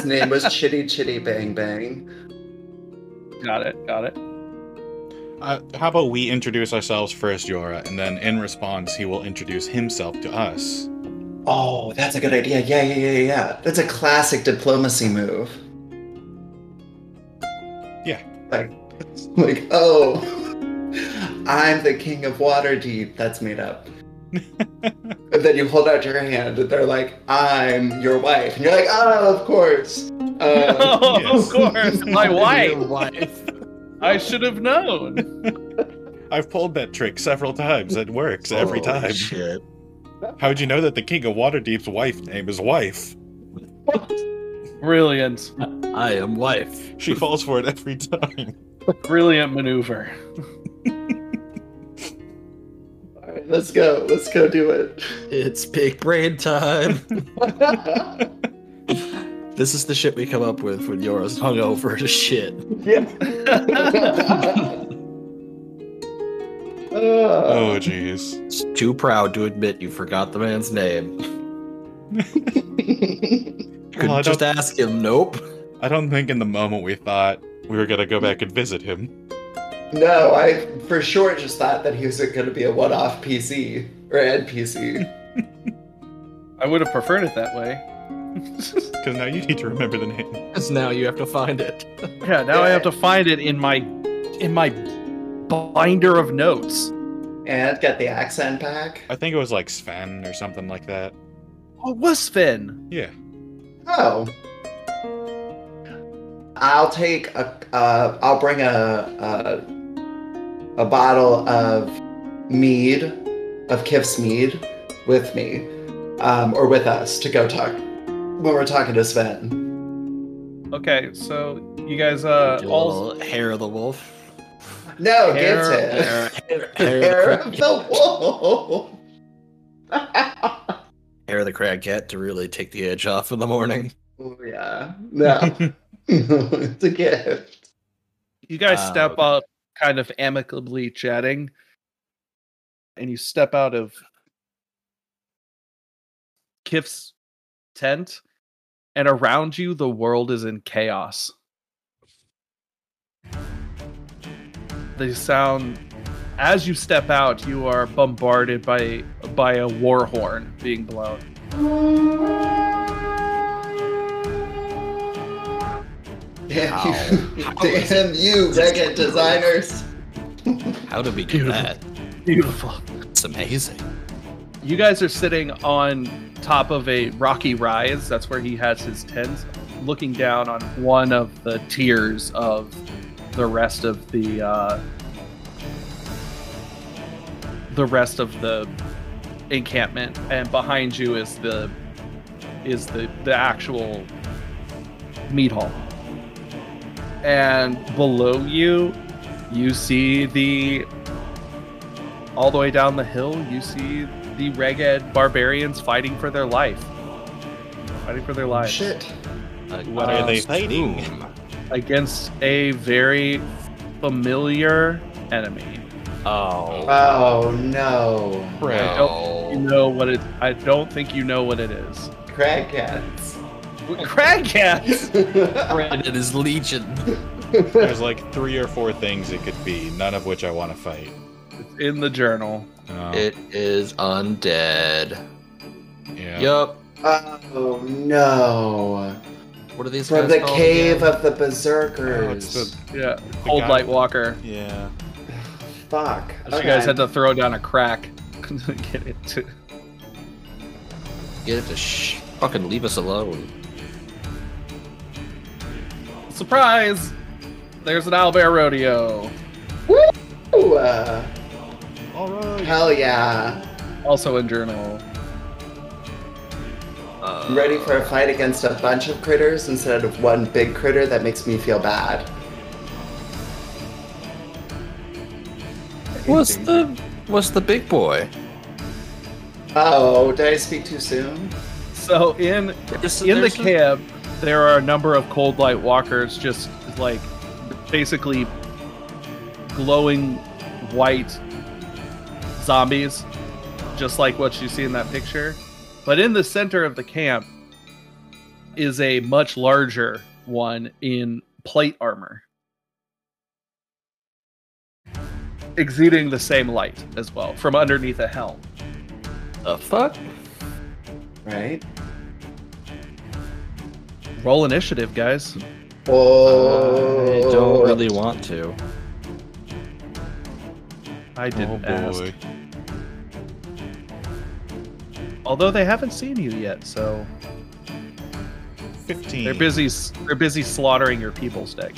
S5: name was Chitty Chitty Bang Bang.
S2: got it. Got it.
S3: Uh, how about we introduce ourselves first, Yora, and then in response, he will introduce himself to us.
S5: Oh, that's a good idea. Yeah, yeah, yeah, yeah. That's a classic diplomacy move.
S3: Yeah.
S5: Like like, oh I'm the king of Waterdeep. That's made up. and then you hold out your hand and they're like, I'm your wife. And you're like, oh, of course. Uh,
S2: oh,
S3: yes.
S2: of course, my wife.
S4: wife.
S2: I should have known.
S3: I've pulled that trick several times. It works every
S4: Oh,
S3: time.
S4: Shit.
S3: How'd you know that the king of Waterdeep's wife name is Wife?
S2: Brilliant.
S4: I am wife.
S3: She falls for it every time.
S2: Brilliant maneuver.
S5: All right, let's go. Let's go do it.
S4: It's big brain time. This is the shit we come up with when Yora's hungover as shit.
S5: yeah. Ah.
S4: Uh.
S3: Oh,
S5: oh.
S3: jeez.
S4: It's too proud to admit you forgot the man's name. You could
S3: Well, I,
S4: just
S3: don't,
S4: ask him. Nope.
S3: I don't think in the moment we thought we were going to go back and visit him.
S5: No, I for sure just thought that he was going to be a one off PC or NPC.
S2: I would have preferred it that way.
S3: Because now you need to remember the name.
S4: Because now you have to find it.
S2: Yeah. Now I have to find it in my in my binder of notes.
S5: And got the accent back.
S3: I think it was like Sven or something like that.
S2: Oh, it was Finn?
S3: Yeah.
S5: Oh. I'll take a. Uh, I'll bring a, a a bottle of mead, of Kiff's mead, with me, um, or with us to go talk when we're talking to Sven.
S2: Okay, so you guys, uh,
S4: Do a
S2: all
S4: little hair of the wolf.
S5: No,
S2: Hair-
S5: get it.
S4: hair,
S5: Hair
S4: hair,
S5: of the wolf.
S4: hair of the crag cat to really take the edge off in the morning.
S5: oh, yeah. No. it's a gift.
S2: you guys
S4: uh,
S2: step up, kind of amicably chatting, and you step out of Kif's tent, and around you, the world is in chaos. The sound, as you step out, you are bombarded by by a war horn being blown.
S5: Damn you.
S4: How is
S5: Damn you, reggae designers.
S4: How did we do that?
S2: Beautiful.
S4: It's amazing.
S2: You guys are sitting on top of a rocky rise. That's where he has his tents, looking down on one of the tiers of the rest of the uh, the rest of the encampment. And behind you is the is the the actual meat hall. And below you, you see the all the way down the hill, you see the Reged barbarians fighting for their life. Fighting for their lives.
S5: Shit.
S2: What are
S3: they fighting?
S2: Against a very familiar enemy.
S4: Oh,
S5: Oh, no.
S2: I don't you know what it I don't think you know what it is.
S5: Crack cats.
S2: Cragcats!
S4: Fred and his legion.
S3: There's like three or four things it could be, none of which I want to fight.
S2: it's in the journal.
S3: Oh,
S4: It is undead.
S3: yeah.
S4: Yup.
S5: oh, no.
S4: What are these
S5: From
S4: guys
S5: the
S4: called
S5: cave
S4: again?
S5: of the
S3: Oh, it's
S5: berserkers.
S3: the-
S2: Yeah.
S3: the
S2: Old
S3: guy-
S2: Light Walker.
S3: Yeah.
S5: Fuck.
S2: So you guys had to throw down a crack to get it to
S4: Get it to sh- fucking leave us alone.
S2: Surprise! There's an owlbear rodeo.
S5: Ooh, uh,
S3: All right.
S5: hell yeah.
S2: Also in journal.
S4: Uh,
S5: I'm ready for a fight against a bunch of critters instead of one big critter that makes me feel bad.
S4: What's the what's the big boy?
S5: Oh, did I speak too soon?
S2: So in
S4: This-
S2: in the
S4: there's a-
S2: camp, there are a number of cold light walkers, just like basically glowing white zombies, just like what you see in that picture. But in the center of the camp is a much larger one in plate armor, exuding the same light as well from underneath a helm.
S4: The fuck?
S5: Right?
S2: Roll initiative, guys.
S5: Oh,
S4: I Uh, don't really want to.
S2: I
S3: Oh
S2: didn't ask.
S3: boy.
S2: Although they haven't seen you yet, so
S3: Fifteen.
S2: they're busy. They're busy slaughtering your people, Steg.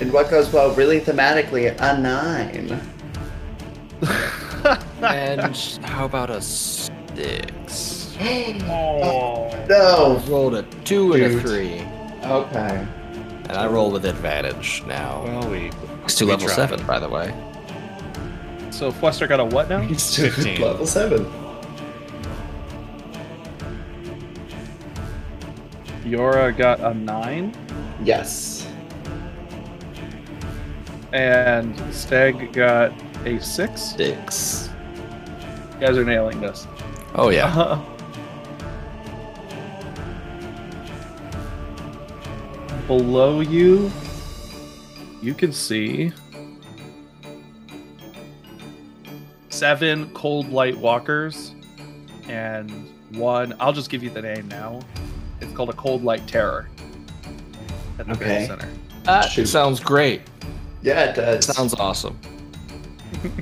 S5: And what goes well, really thematically, a nine.
S4: And how about a six?
S5: No.
S4: Rolled a two and a
S5: Dude.
S4: three,
S5: Okay.
S4: and I roll with advantage now.
S3: Well, we
S4: It's to
S3: we
S4: level
S3: tried.
S4: seven, by the way.
S2: So Fluster got a what now?
S5: He's
S3: 15.
S5: level seven.
S2: Yora got a nine,
S5: Yes.
S2: and Steg got a six.
S4: Six.
S2: You guys are nailing this.
S4: Oh yeah.
S2: Below you, you can see seven cold light walkers and one. I'll just give you the name now. It's called a cold light terror. At the very
S5: Okay.
S2: center.
S4: That
S5: Shoot.
S4: sounds great.
S5: Yeah, it does.
S4: Sounds awesome.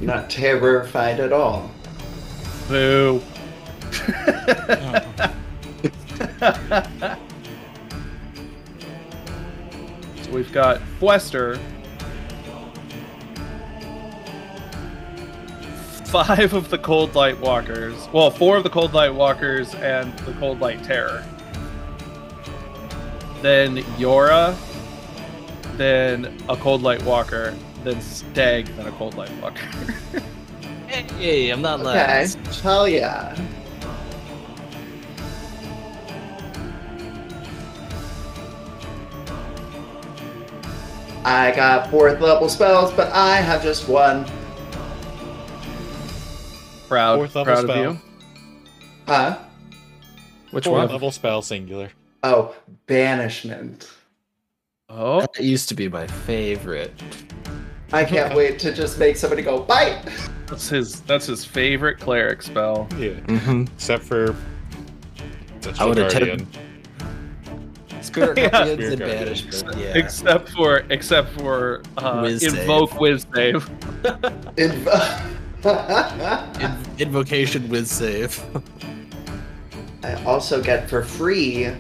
S5: not terrified at all.
S2: Boo. so we've got Fwester. five of the cold light walkers. Well, four of the cold light walkers and the cold light terror. Then Yora, then a cold light walker, then Stag, then a cold light walker.
S4: Hey, I'm not
S5: Okay.
S4: last.
S5: Hell yeah. I got fourth level spells, but I have just one.
S2: Proud,
S3: Fourth level
S2: proud
S3: spell.
S2: of you.
S5: Huh?
S4: Which
S3: Four
S4: one?
S3: level spell singular.
S5: Oh, banishment.
S2: Oh,
S4: That used to be my favorite.
S5: I can't wait to just make somebody go bite.
S2: that's his that's his favorite cleric spell.
S3: Yeah.
S4: Mm-hmm.
S3: Except for.
S4: I
S3: Digital
S4: would've
S3: Guardian.
S4: Scooter
S2: Yeah.
S3: Spirit
S4: Guardians and
S3: Guardians.
S4: Banishment. Yeah.
S2: Except for except for uh,
S4: Whiz save.
S2: invoke whiz save.
S5: Inv-
S4: In- invocation with save.
S5: I also get for free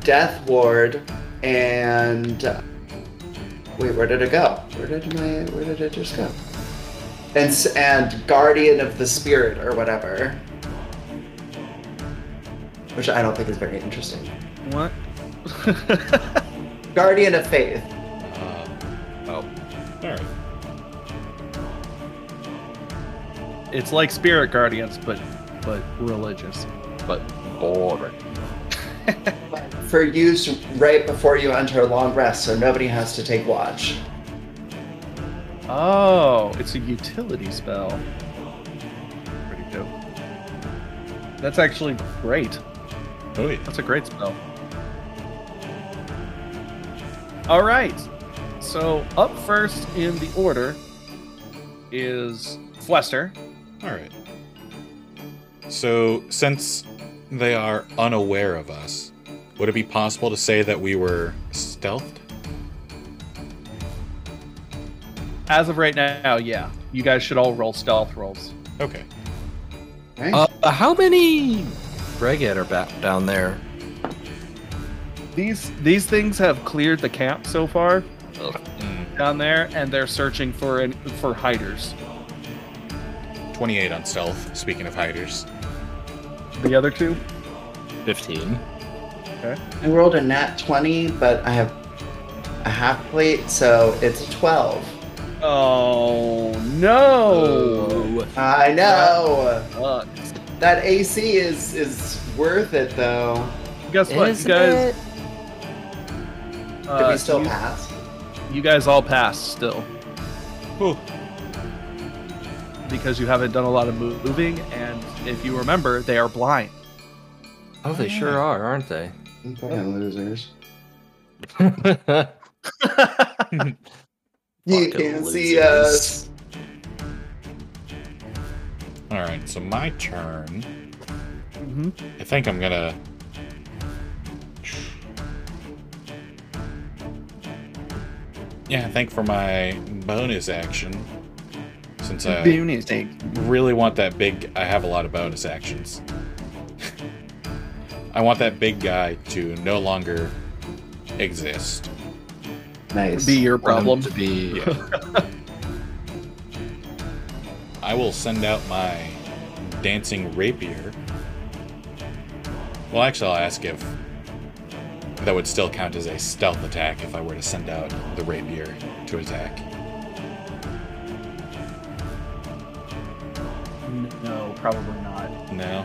S5: Death Ward and uh, wait, where did it go? Where did my where did it just go? And s- and Guardian of the Spirit or whatever, which I don't think is very interesting.
S2: What?
S5: Guardian of Faith.
S4: oh.
S3: Um, Alright.
S2: it's like spirit guardians, but but religious.
S4: But boring.
S5: for use right before you enter a long rest, so nobody has to take watch.
S2: Oh, it's a utility spell. Pretty dope. That's actually great.
S3: Oh, yeah.
S2: That's a great spell. All right. So up first in the order is Fwester.
S3: All right. So, since they are unaware of us, would it be possible to say that we were stealthed?
S2: As of right now, yeah, you guys should all roll stealth rolls.
S3: Okay.
S5: Right?
S4: Uh, how many Bregat are back down there?
S2: These these things have cleared the camp so far
S3: Mm,
S2: down there, and they're searching for an, for hiders.
S3: 28 on stealth, speaking of hiders.
S2: The other two.
S4: Fifteen.
S5: I rolled a nat 20, but I have a half plate, so it's a 12.
S2: Oh no!
S5: I know.
S2: Sucks.
S5: That AC is is worth it though.
S2: Guess what, you guys?
S5: Did
S2: uh,
S5: we still
S2: you,
S5: pass?
S2: you guys all passed still
S3: Whew.
S2: because you haven't done a lot of mo- moving, and if you remember, they are blind.
S4: Oh, they sure are, aren't they?
S5: You Fucking losers. You
S4: Fucking
S5: can see
S4: losers.
S5: us.
S3: All right, so my turn.
S2: Mm-hmm.
S3: I think I'm gonna. Yeah, I think for my bonus action, since I. really want that big I have a lot of bonus actions. I want that big guy to no longer exist.
S5: Nice.
S2: Be your problem.
S4: to be.
S3: I will send out my dancing rapier. Well, actually, I'll ask if that would still count as a stealth attack if I were to send out the rapier to attack.
S2: No, probably not.
S3: No.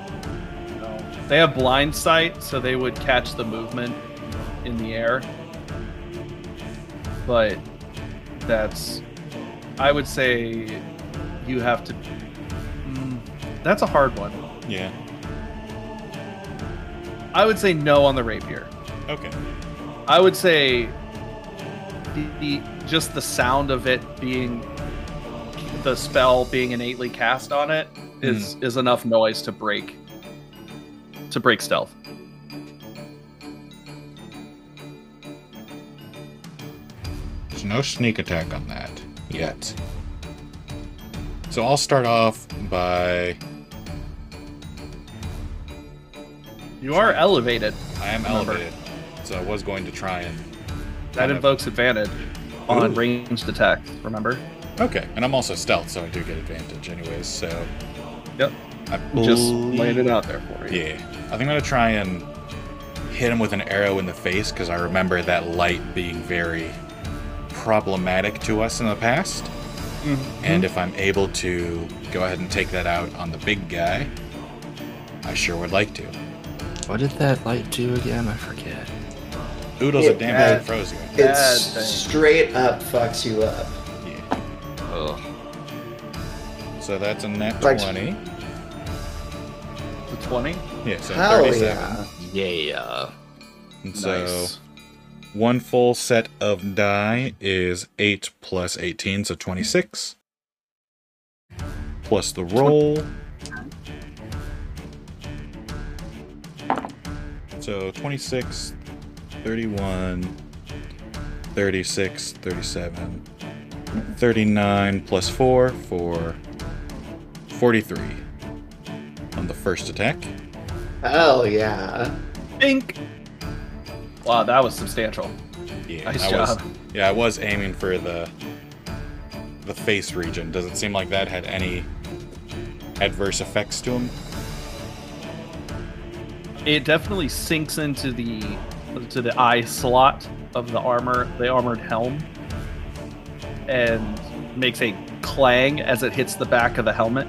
S2: No. They have blind sight, so they would catch the movement in the air. But that's. I would say you have to. Mm, that's a hard one.
S3: Yeah.
S2: I would say no on the rapier.
S3: Okay.
S2: I would say the, the just the sound of it being the spell being innately cast on it is is enough noise to break to break stealth.
S3: There's no sneak attack on that yet. So I'll start off by
S2: You are elevated.
S3: I am
S2: Remember.
S3: elevated, so I was going to try and
S2: That invokes advantage on ranged attacks, remember?
S3: Okay, and I'm also stealth, so I do get advantage, anyways. So
S2: Yep.
S3: I
S2: Just
S3: believe-
S2: laying it out there for you.
S3: Yeah, I think I'm gonna try and hit him with an arrow in the face because I remember that light being very problematic to us in the past.
S5: Mm-hmm.
S2: Mm-hmm.
S3: And if I'm able to go ahead and take that out on the big guy, I sure would like to.
S4: What did that light do again? I forget.
S3: Oodles
S5: Yeah,
S3: of damage
S5: uh,
S3: and frozen.
S5: It
S2: Bad thing.
S5: straight up fucks you up.
S3: Yeah.
S4: Oh,
S3: So that's a net
S5: Right.
S3: 20.
S2: The 20.
S3: Yeah, so
S5: Hell
S3: 37.
S5: yeah.
S4: yeah.
S3: And so one full set of die is 8 plus 18, so 26. Plus the roll. So 26, 31, 36, 37, 39 plus 4 for 43 on the first attack.
S5: Hell yeah.
S2: Ink. Wow, that was substantial.
S3: Yeah,
S2: Nice
S3: I
S2: job.
S3: was. Yeah, I was aiming for the the face region. Does it seem like that had any adverse effects to him?
S2: It definitely sinks into the to the eye slot of the armor, the armored helm, and makes a clang as it hits the back of the helmet.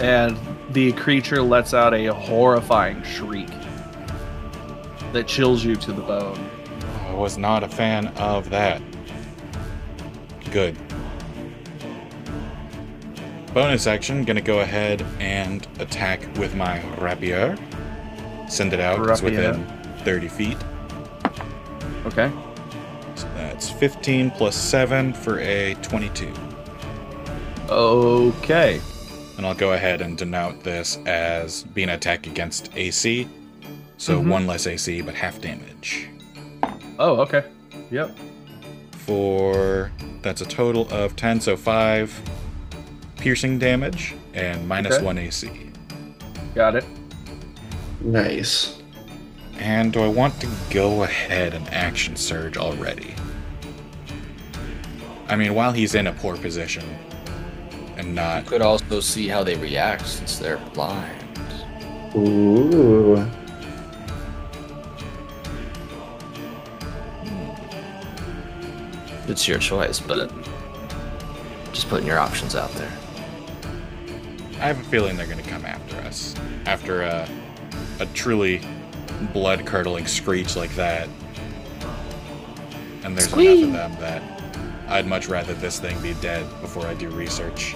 S2: And the creature lets out a horrifying shriek that chills you to the bone.
S3: I was not a fan of that. Good. Bonus action, gonna go ahead and attack with my rapier. Send it out. It's
S2: Rapier.
S3: within 30 feet.
S2: Okay.
S3: So that's 15 plus 7 for a 22.
S2: Okay.
S3: And I'll go ahead and denote this as being an attack against AC. So
S2: Mhm.
S3: one less AC, but half damage.
S2: Oh, okay. Yep.
S3: For that's a total of 10, so 5 piercing damage and minus
S2: Okay.
S3: 1 AC.
S2: Got it.
S5: Nice.
S3: And do I want to go ahead and action surge already? I mean, while he's in a poor position and
S4: I
S3: not.
S4: could also see how they react since they're blind.
S5: Ooh.
S4: It's your choice, but just putting your options out there.
S3: I have a feeling they're going to come after us. After a, a truly blood curdling screech like that. And there's
S4: Squeak.
S3: enough of them that I'd much rather this thing be dead before I do research.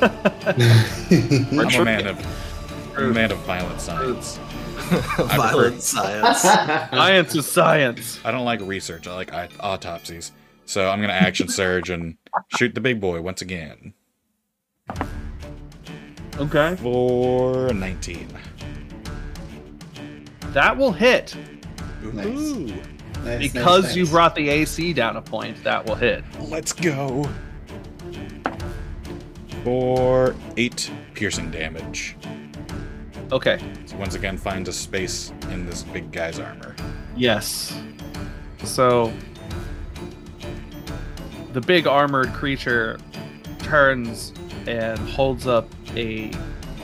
S3: I'm a man of, I'm a man of violent science. I prefer-
S4: science.
S2: Science is science.
S3: I don't like research. I like aut- autopsies. So I'm gonna action surge and shoot the big boy once again
S2: Okay.
S3: for a 19.
S2: That will hit.
S5: Nice.
S3: Ooh,
S5: Nice, nice,
S2: Because you
S5: nice.
S2: brought the AC down a point, that will hit.
S3: let's go. For eight piercing damage.
S2: Okay.
S3: So once again, finds a space in this big guy's armor.
S2: Yes. So the big armored creature turns and holds up a,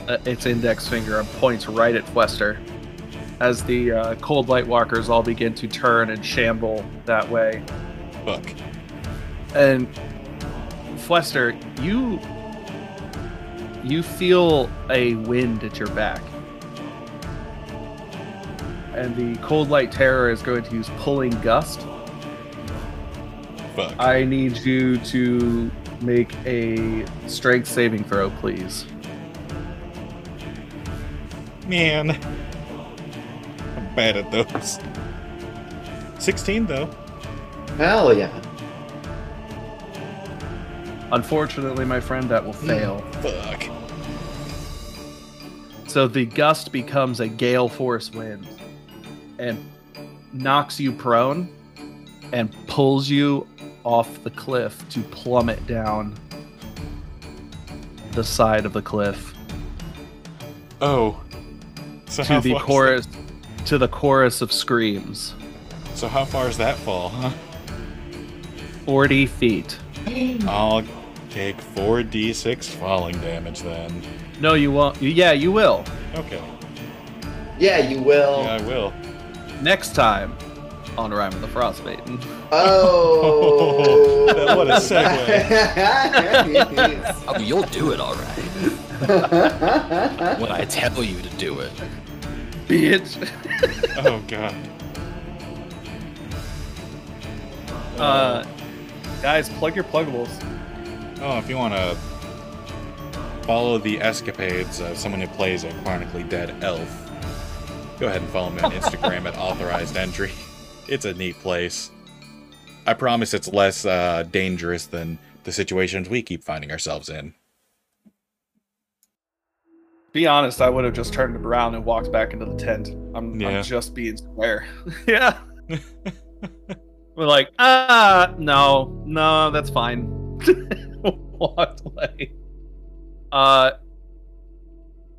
S2: uh its index finger and points right at Fwester as the uh, cold light walkers all begin to turn and shamble that way.
S3: Fuck.
S2: And Fwester, you you feel a wind at your back. And the cold light terror is going to use pulling gust.
S3: Fuck.
S2: I need you to make a strength saving throw, please.
S3: Man. I'm bad at those. 16 though.
S5: Hell yeah.
S2: Unfortunately, my friend, that will fail.
S3: Fuck.
S2: So the gust becomes a gale force wind and knocks you prone and pulls you off the cliff to plummet down the side of the cliff
S3: Oh. So
S2: to the
S3: far is
S2: chorus to the chorus of screams.
S3: that- so how far is that fall, huh?
S2: 40 feet.
S3: I'll take 4d6 falling damage then.
S2: No, you won't. Yeah, you will.
S3: Okay.
S5: Yeah, you will.
S3: Yeah, I will.
S2: Next time on Rhyme of the Frostmaiden.
S5: Oh.
S3: That- what a
S5: segue.
S4: Oh, you'll do it all right. When I tell you to do it.
S2: Bitch.
S3: Oh god.
S2: Uh, guys, plug your pluggables.
S3: Oh, if you want to follow the escapades of someone who plays a chronically dead elf, go ahead and follow me on Instagram at authorized entry. It's a neat place. I promise it's less uh, dangerous than the situations we keep finding ourselves in.
S2: Be honest, I would have just turned around and walked back into the tent. I'm,
S3: Yeah.
S2: I'm just being square. yeah. We're like, ah, no, no, that's fine. Walked away. Uh,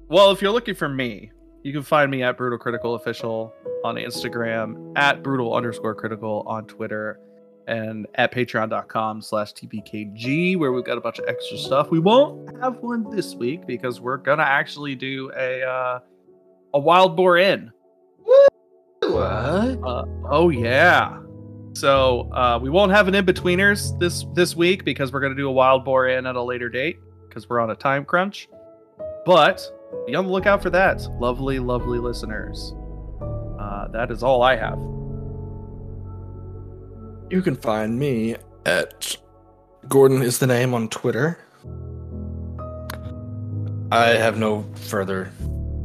S2: well, if you're looking for me, you can find me at brutal critical official on Instagram, at brutal underscore critical on Twitter, and at patreon.com slash tpkg where we've got a bunch of extra stuff we won't have one this week because we're gonna actually do a uh a wild boar in
S5: what?
S2: oh yeah so uh we won't have an in-betweeners this this week because we're gonna do a wild boar in at a later date because we're on a time crunch but be on the lookout for that lovely lovely listeners uh that is all i have
S4: You can find me at Gordon is the name on Twitter. I have no further.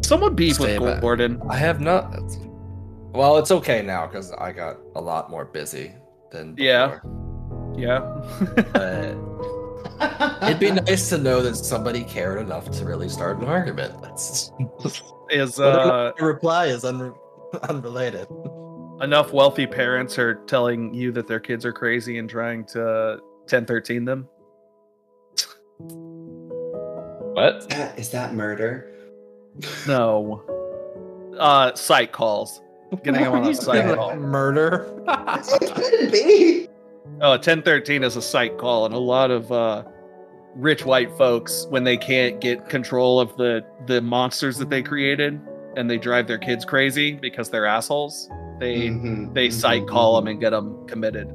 S2: someone beef
S4: Stay
S2: with
S4: back.
S2: gordon
S4: I have not. Well, it's okay now because I got a lot more busy than
S2: Yeah.
S4: before.
S2: yeah
S4: But it'd be nice to know that somebody cared enough to really start an argument. That's
S2: is
S4: Whether or
S2: uh
S4: not the reply is unre- unrelated.
S2: enough wealthy parents are telling you that their kids are crazy and trying to 1013 them.
S4: What?
S5: That, is that murder?
S2: No. Uh site calls. Getting them on a site
S5: saying?
S2: call.
S4: Murder.
S5: It could be.
S2: Oh, 1013 is a site call and a lot of uh rich white folks when they can't get control of the the monsters that they created and they drive their kids crazy because they're assholes. They
S5: Mhm,
S2: they
S5: mhm,
S2: site call them
S5: mhm.
S2: and get them committed.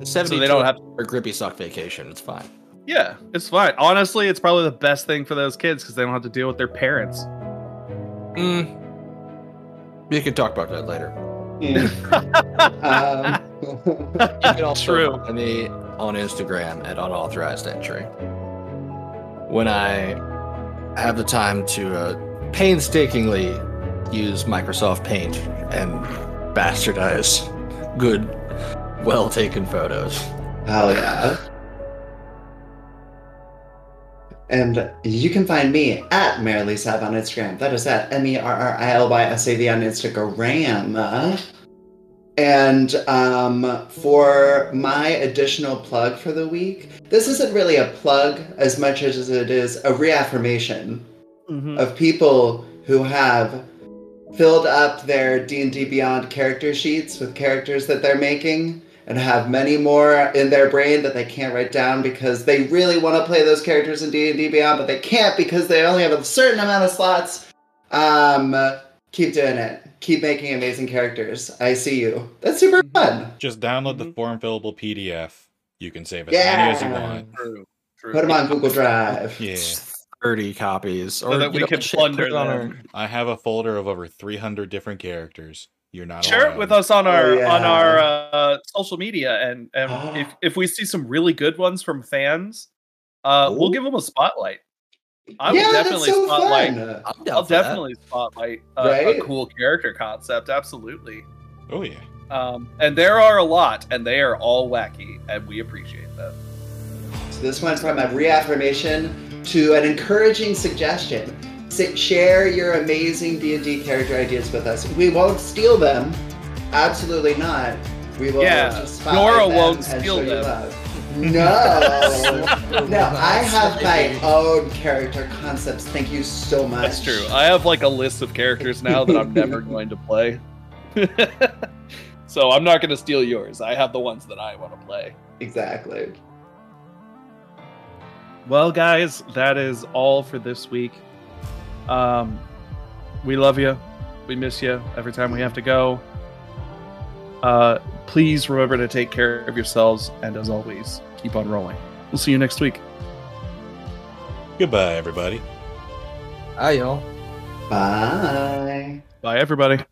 S2: So
S4: Seventy.
S2: they don't have
S4: or grippy sock vacation. It's fine.
S2: Yeah, it's fine. Honestly, it's probably the best thing for those kids because they don't have to deal with their parents.
S4: Mm. You can talk about that later.
S5: um,
S4: You can also
S2: True.
S4: find me on Instagram at unauthorized entry. When I have the time to uh, painstakingly use Microsoft Paint and bastardize good, well taken photos.
S5: Hell yeah. And you can find me at Merrily Sav on Instagram. That is at M E R R I L Y S A V on Instagram. And um, for my additional plug for the week, this isn't really a plug as much as it is a reaffirmation of people who have filled up their D&D Beyond character sheets with characters that they're making and have many more in their brain that they can't write down because they really want to play those characters in D&D Beyond but they can't because they only have a certain amount of slots. Um keep doing it. Keep making amazing characters. I see you. That's super fun.
S3: Just download
S2: Mm-hmm.
S3: the form fillable PDF. You can save as many as you
S5: Yeah.
S3: want.
S2: True. True.
S5: Put them on Google Drive.
S3: Yeah.
S4: Thirty copies, or
S2: that we
S4: you know,
S2: can
S4: shit, put
S2: plunder
S4: it on
S2: them.
S3: I have a folder of over 300 different characters. You're not
S2: Share it
S3: alone.
S2: with us on our
S5: Oh, yeah.
S2: on our uh, social media, and, and if if we see some really good ones from fans, uh, we'll
S5: Ooh.
S2: give them a spotlight. I
S5: yeah,
S2: would definitely
S5: that's so
S2: spotlight.
S5: fun.
S4: I'm down
S2: I'll
S4: for that.
S2: definitely spotlight a,
S5: Right?
S2: a cool character concept. Absolutely.
S3: Oh yeah.
S2: Um, and there are a lot, and they are all wacky, and we appreciate them.
S5: So this one's from a reaffirmation to an encouraging suggestion. Say, share your amazing D&D character ideas with us. We won't steal them. Absolutely not. We will
S2: Yeah,
S5: just spotlight
S2: Nora
S5: them
S2: won't
S5: and
S2: steal
S5: show you
S2: them.
S5: love. No. no, I have my own character concepts. Thank you so much.
S2: That's true. I have like a list of characters now that I'm never going to play.
S7: So I'm not going to steal yours. I have the ones that I want to play.
S5: Exactly.
S2: Well, guys, that is all for this week. Um, we love you. We miss you every time we have to go. Uh, please remember to take care of yourselves. And as always, keep on rolling. We'll see you next week.
S3: Goodbye, everybody.
S4: Hi, y'all.
S5: Bye.
S2: Bye, everybody.